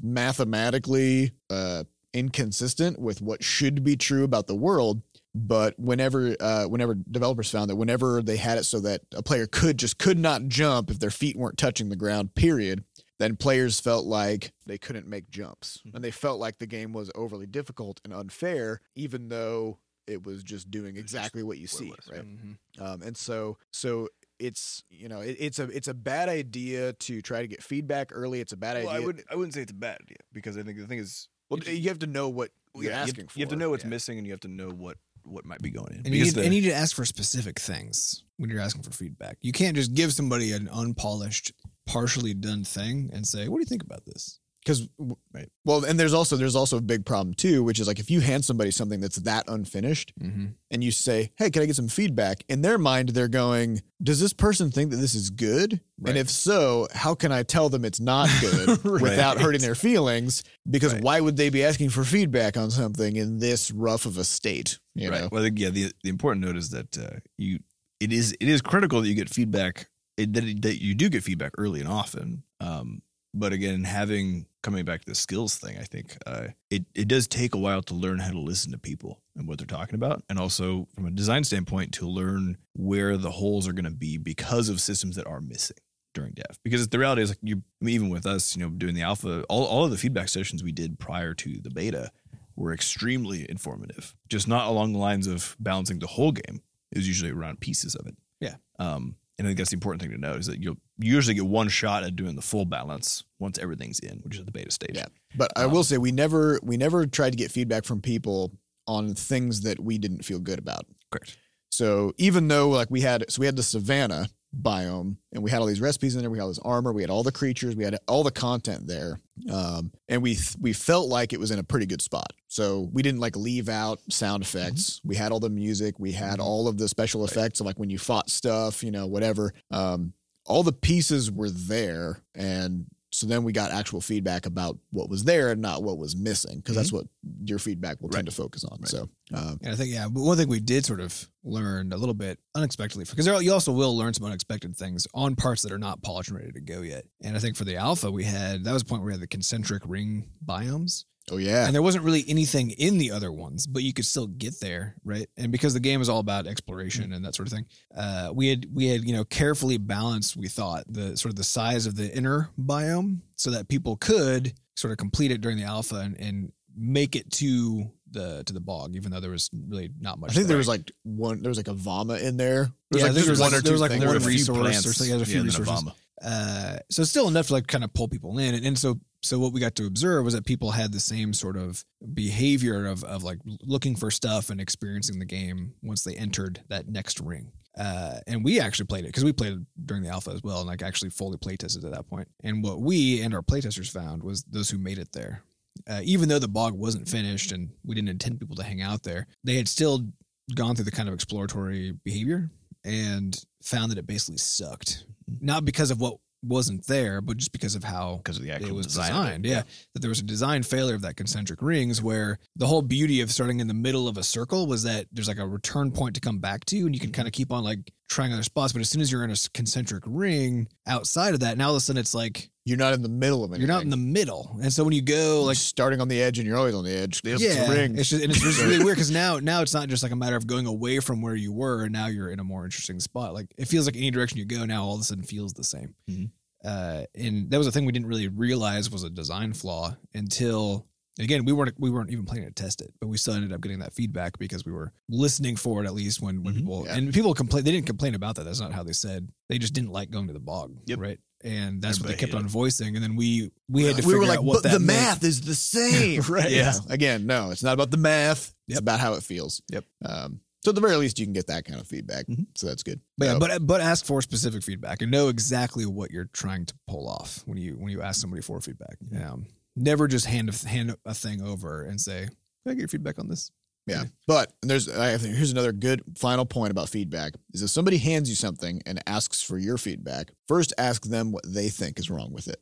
mathematically uh, inconsistent with what should be true about the world but whenever uh, whenever developers found that whenever they had it so that a player could just could not jump if their feet weren't touching the ground period then players felt like they couldn't make jumps Hmm. and they felt like the game was overly difficult and unfair even though it was just doing It's just exactly what you what it see, was, right? Mm-hmm. Um, and so, so it's you know, it, it's a it's a bad idea to try to get feedback early. It's a bad Well, I idea. wouldn't. I wouldn't say it's a bad idea because I think the thing is, well, you have to know what you're yeah, you have- asking for. You have to know what's Yeah. missing, and you have to know what what might be going in. And you, Because need, the- and you need to ask for specific things when you're asking for feedback. You can't just give somebody an unpolished, partially done thing and say, "What do you think about this?" because Right. well and there's also there's also a big problem too which is like if you hand somebody something that's that unfinished Mm-hmm. and you say hey can i get some feedback in their mind they're going does this person think that this is good Right. and if so how can i tell them it's not good without hurting their feelings because Right. why would they be asking for feedback on something in this rough of a state you know Well, I think yeah. The, the important note is that uh, you it is it is critical that you get feedback it, that it- that you do get feedback early and often. Um, but again, having coming back to the skills thing, I think uh, it it does take a while to learn how to listen to people and what they're talking about, and also from a design standpoint to learn where the holes are going to be because of systems that are missing during dev. Because the reality is, like you I mean, even with us, you know, doing the alpha, all all of the feedback sessions we did prior to the beta, were extremely informative, just not along the lines of balancing the whole game. It was usually around pieces of it. Yeah. Um, and I think that's the important thing to know is that you'll you usually get one shot at doing the full balance once everything's in, which is the beta stage. Yeah. But I will say we never we never tried to get feedback from people on things that we didn't feel good about. Correct. So even though like we had so we had the savannah biome and we had all these recipes in there, we had all this armor, we had all the creatures, we had all the content there, um, and we th- we felt like it was in a pretty good spot. So we didn't like leave out sound effects. We had all the music, we had all of the special effects of like when you fought stuff, you know, whatever. Um, all the pieces were there and so then we got actual feedback about what was there and not what was missing because Mm-hmm. that's what your feedback will tend to focus on Right. so um, And I think yeah, but one thing we did sort of learn a little bit unexpectedly because you also will learn some unexpected things on parts that are not polished and ready to go yet. And I think for the alpha, we had that was a point where we had the concentric ring biomes, oh yeah and there wasn't really anything in the other ones, but you could still get there, right? And because the game is all about Mm-hmm. exploration and that sort of thing, uh, we had we had you know carefully balanced. We thought the sort of the size of the inner biome so that people could sort of complete it during the alpha and, and make it to the to the bog, even though there was really not much. i think there was like one there was like a vama in there Yeah, I think there was one like- there or two was like things. one were Or few resource or plants, something, yeah, there's a few and then resources. Obama. uh, so still enough to like kind of pull people in. And, and so so what we got to observe was that people had the same sort of behavior of of like looking for stuff and experiencing the game once they entered that next ring. Uh, and we actually played it because we played it during the alpha as well, and like actually fully playtested at that point. And what we and our playtesters found was those who made it there, uh, even though the bog wasn't finished and we didn't intend people to hang out there, they had still gone through the kind of exploratory behavior and found that it basically sucked. Not because of what wasn't there, but just because of how because of the actual it was design. designed. Yeah. That there was a design failure of that concentric rings where the whole beauty of starting in the middle of a circle was that there's like a return point to come back to and you can kind of keep on like trying other spots. But as soon as you're in a s- concentric ring outside of that, now all of a sudden it's like you're not in the middle of it you're not in the middle. And so when you go like like starting on the edge and you're always on the edge yeah, it's a ring it's just and it's just *laughs* really weird because now now it's not just like a matter of going away from where you were and now you're in a more interesting spot. Like it feels like any direction you go now all of a sudden feels the same. Mm-hmm. Mhm. Uh, and that was a thing we didn't really realize was a design flaw until again we weren't we weren't even planning to test it, but we still ended up getting that feedback because we were listening for it at least when when Mhm. people Mm-hmm. Yeah. and people complain they didn't complain about that. That's not how they said they just didn't like going to the bog. Yep. Right. And that's what Everybody they kept hated on voicing, and then we we had to we figure were out like what but that the meant. math is *laughs* the same right Yeah. again no it's not about the math it's Yep. about how it feels Yep. Mm-hmm. um, so at the very least you can get that kind of feedback Mhm. so that's good But yeah, So- but but ask for specific feedback and know exactly what you're trying to pull off when you when you ask somebody for feedback. Um, never just hand a, hand a thing over and say, "Can I get your feedback on this?" Yeah. But there's I think here's another good final point about feedback is if somebody hands you something and asks for your feedback, first ask them what they think is wrong with it.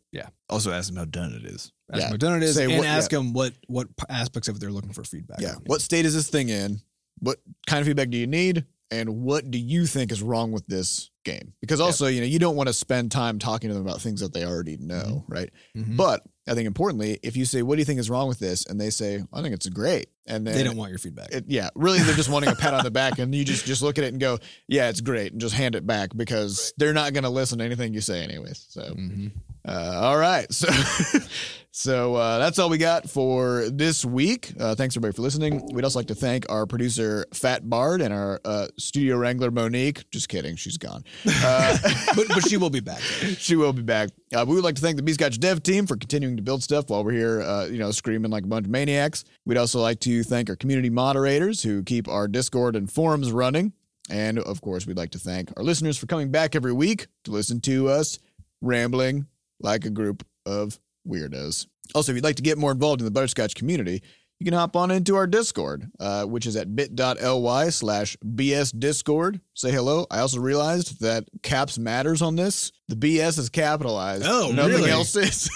Also ask them how done it is. Ask Yeah. them what done it is, Say and what- ask them what what p- aspects of it they're looking for feedback. yeah. on. What state is this thing in? What kind of feedback do you need? And what do you think is wrong with this game? Because also, you know, you don't want to spend time talking to them about things that they already know, right? Mhm. But I think importantly, if you say, "What do you think is wrong with this?" and they say, "I think it's great," and then they don't want your feedback. it, yeah, really, they're just wanting a pat on the back, and you just just look at it and go, "Yeah, it's great," and just hand it back because they're not going to listen to anything you say anyways. So, Mhm. uh, all right, *laughs* so so uh, that's all we got for this week. Uh, thanks everybody for listening. We'd also like to thank our producer Fat Bard and our uh, studio wrangler Monique. Just kidding, she's gone. Uh, *laughs* but but she will be back. she will be back. Uh, we would like to thank the Beascotch dev team for continuing to build stuff while we're here, uh, you know, screaming like a bunch of maniacs. We'd also like to thank our community moderators who keep our Discord and forums running. And of course, we'd like to thank our listeners for coming back every week to listen to us rambling like a group of weirdos. Also, if you'd like to get more involved in the Butterscotch community, you can hop on into our Discord, uh, which is at bit.ly slash BS Discord. Say hello. I also realized that caps matters on this. The BS is capitalized. Oh, Nothing really? else is.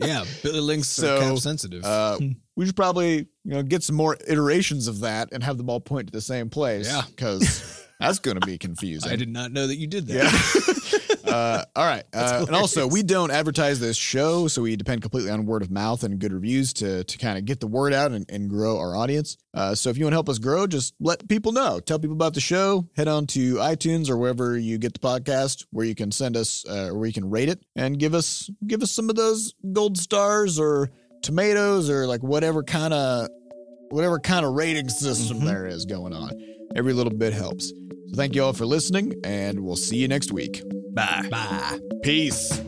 Yeah, Billy Link's so, So, cap sensitive. uh, we should probably you know get some more iterations of that and have them all point to the same place. Yeah. Because that's going to be confusing. I did not know that you did that. Yeah. uh, all right. Uh, and also, we don't advertise this show, so we depend completely on word of mouth and good reviews to to kind of get the word out and, and grow our audience. Uh, so if you want to help us grow, just let people know. Tell people about the show. Head on to iTunes or wherever you get the podcast, where you can send us uh, or where you can rate it and give us give us some of those gold stars or tomatoes or like whatever kind of whatever kind of rating system Mhm. there is going on. Every little bit helps. So thank you all for listening, and we'll see you next week. Bye. Bye. Peace.